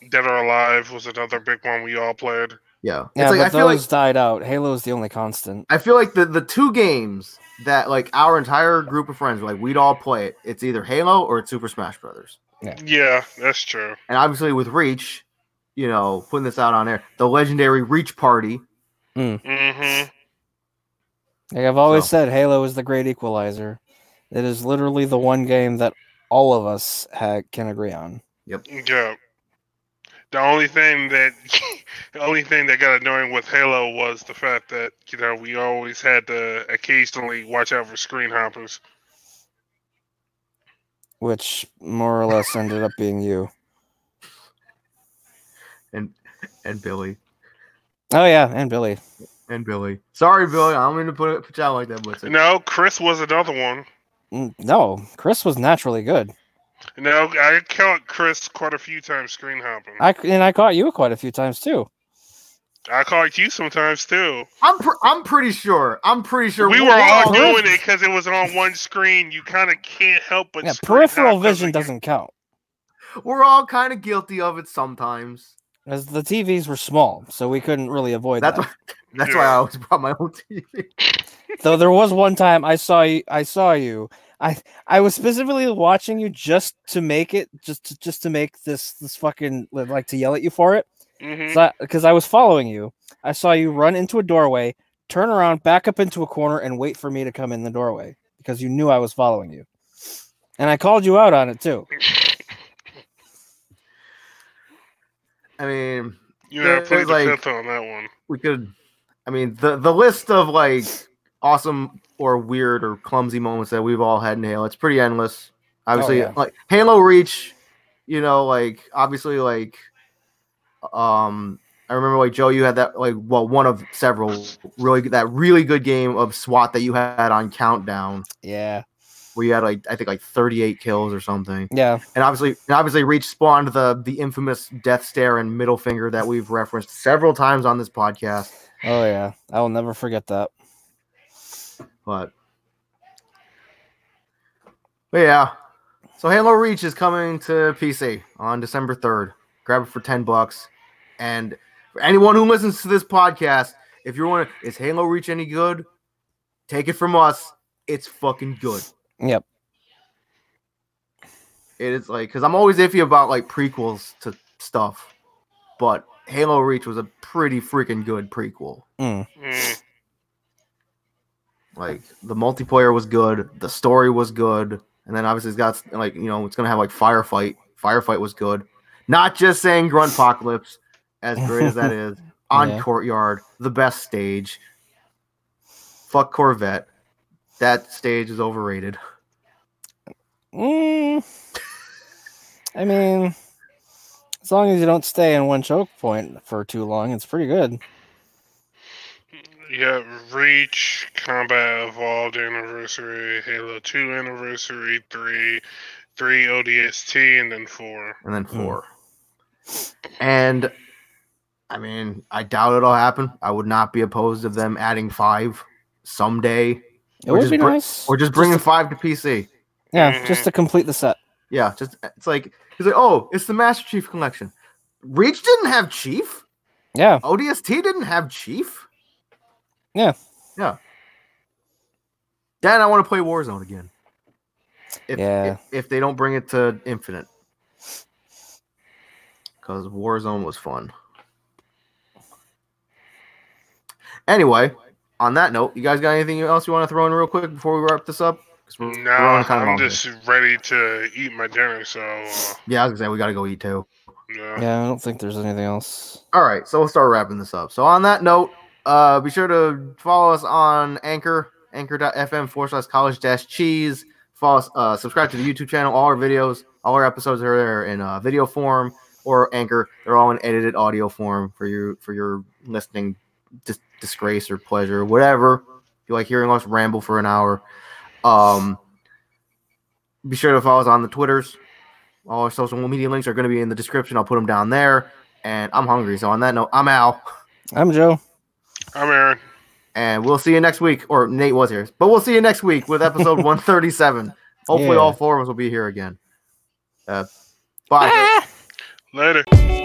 Dead or Alive was another big one we all played.
yeah,
yeah,
it's like
but
i feel
those
like
died out. Halo is the only constant.
i feel like the the two games that like our entire group of friends like we'd all play it it's either halo or it's super smash brothers
Yeah, that's true.
and obviously with reach you know putting this out on air the legendary reach party
hmm
Like I've always
So-
said, Halo is the great equalizer. It is literally the one game that all of us ha- can agree on.
Yeah. The only thing that the only thing that got annoying with Halo was the fact that you know we always had to occasionally watch out for screen hoppers.
Which more or less ended up being you.
and billy
Oh yeah, and Billy.
and billy sorry billy i don't mean to put it put you out like that but it's-
No, Chris was another one.
Mm, No, Chris was naturally good.
No, I caught Chris quite a few times screen hopping. I,
I c- and I caught you quite a few times too.
caught you sometimes too.
i'm pr- i'm pretty sure i'm pretty sure
we were all
all-
doing it because it was on one screen. You kind of can't help but
yeah,
screen
peripheral
hop 'cause
vision
it-
doesn't count
we're all kind of guilty of it sometimes.
as the TVs were small, so we couldn't really avoid
That's
that.
why, that's why I always brought my own TV.
Though there was one time I saw you, I saw you. I I was specifically watching you just to make it, just to, just to make this this fucking like to yell at you for it.
Mhm.
because I was following you. I saw you run into a doorway, turn around, back up into a corner, and wait for me to come in the doorway because you knew I was following you. And I called you out on it too.
I mean,
You know,
There's
plead the
like-
fifth on that one.
we could. I mean, the the list of like awesome or weird or clumsy moments that we've all had in Halo, it's pretty endless. Obviously,
yeah.
like Halo Reach, you know, like obviously, like um, I remember like Joe, you had that like well, one of several really that really good game of SWAT that you had on Countdown.
Yeah.
where you had like I think like 38 kills or something.
Yeah.
And obviously, and obviously, Reach spawned the the infamous death stare and middle finger that we've referenced several times on this podcast.
Oh yeah. I will never forget that.
But, but yeah, so Halo Reach is coming to PC on December third. Grab it for ten bucks. And for anyone who listens to this podcast, if you're wondering, is Halo Reach any good? Take it from us. It's fucking good.
Yep.
It is like because I'm always iffy about like prequels to stuff, but Halo Reach was a pretty freaking good prequel.
Mm.
Mm,
Like the multiplayer was good, the story was good, and then obviously it's got like you know it's gonna have like firefight. Firefight was good. Not just saying Gruntpocalypse, as great as that is on
Yeah.
Courtyard, the best stage. Fuck Corvette. That stage is overrated.
Mm. I mean, as long as you don't stay in one choke point for too long, it's pretty good.
yeah, Reach, Combat Evolved Anniversary, Halo 2 Anniversary, 3, 3 ODST, and then 4.
and then
Mm.
four. And I mean, I doubt it'll happen. I would not be opposed of them adding five someday,
It
Or
would
just
be
br-
nice.
or just bringing five to PC.
yeah, just to complete the set.
Yeah, just it's like he's like, oh, it's the Master Chief Collection. Reach didn't have Chief.
Yeah.
ODST didn't have Chief.
Yeah.
Yeah. Dad, I want to play Warzone again. If,
Yeah.
if if they don't bring it to Infinite. Because Warzone was fun. Anyway, on that note, you guys got anything else you want to throw in real quick before we wrap this up? 'Cause we're- we're
Nah,
running kinda long
I'm
here.
just ready to eat my dinner, so uh,
Yeah, I was gonna say we gotta go eat too.
yeah.
Yeah, I don't think there's anything else.
All right, so we'll start wrapping this up. So on that note, uh, be sure to follow us on Anchor, anchor.fm forward slash college dash cheese. Follow us, uh, subscribe to the YouTube channel. All our videos, all our episodes are there in uh, video form or Anchor. They're all in edited audio form for you for your listening dis- disgrace or pleasure, whatever. If you like hearing us ramble for an hour, um, be sure to follow us on the Twitters. All our social media links are going to be in the description. I'll put them down there and I'm hungry. So on that note, I'm Al,
I'm Joe.
I'm Aaron.
and we'll see you next week. Or Nate was here, but we'll see you next week with episode 137. Hopefully,
Yeah.
all four of us will be here again. Uh, bye.
Later.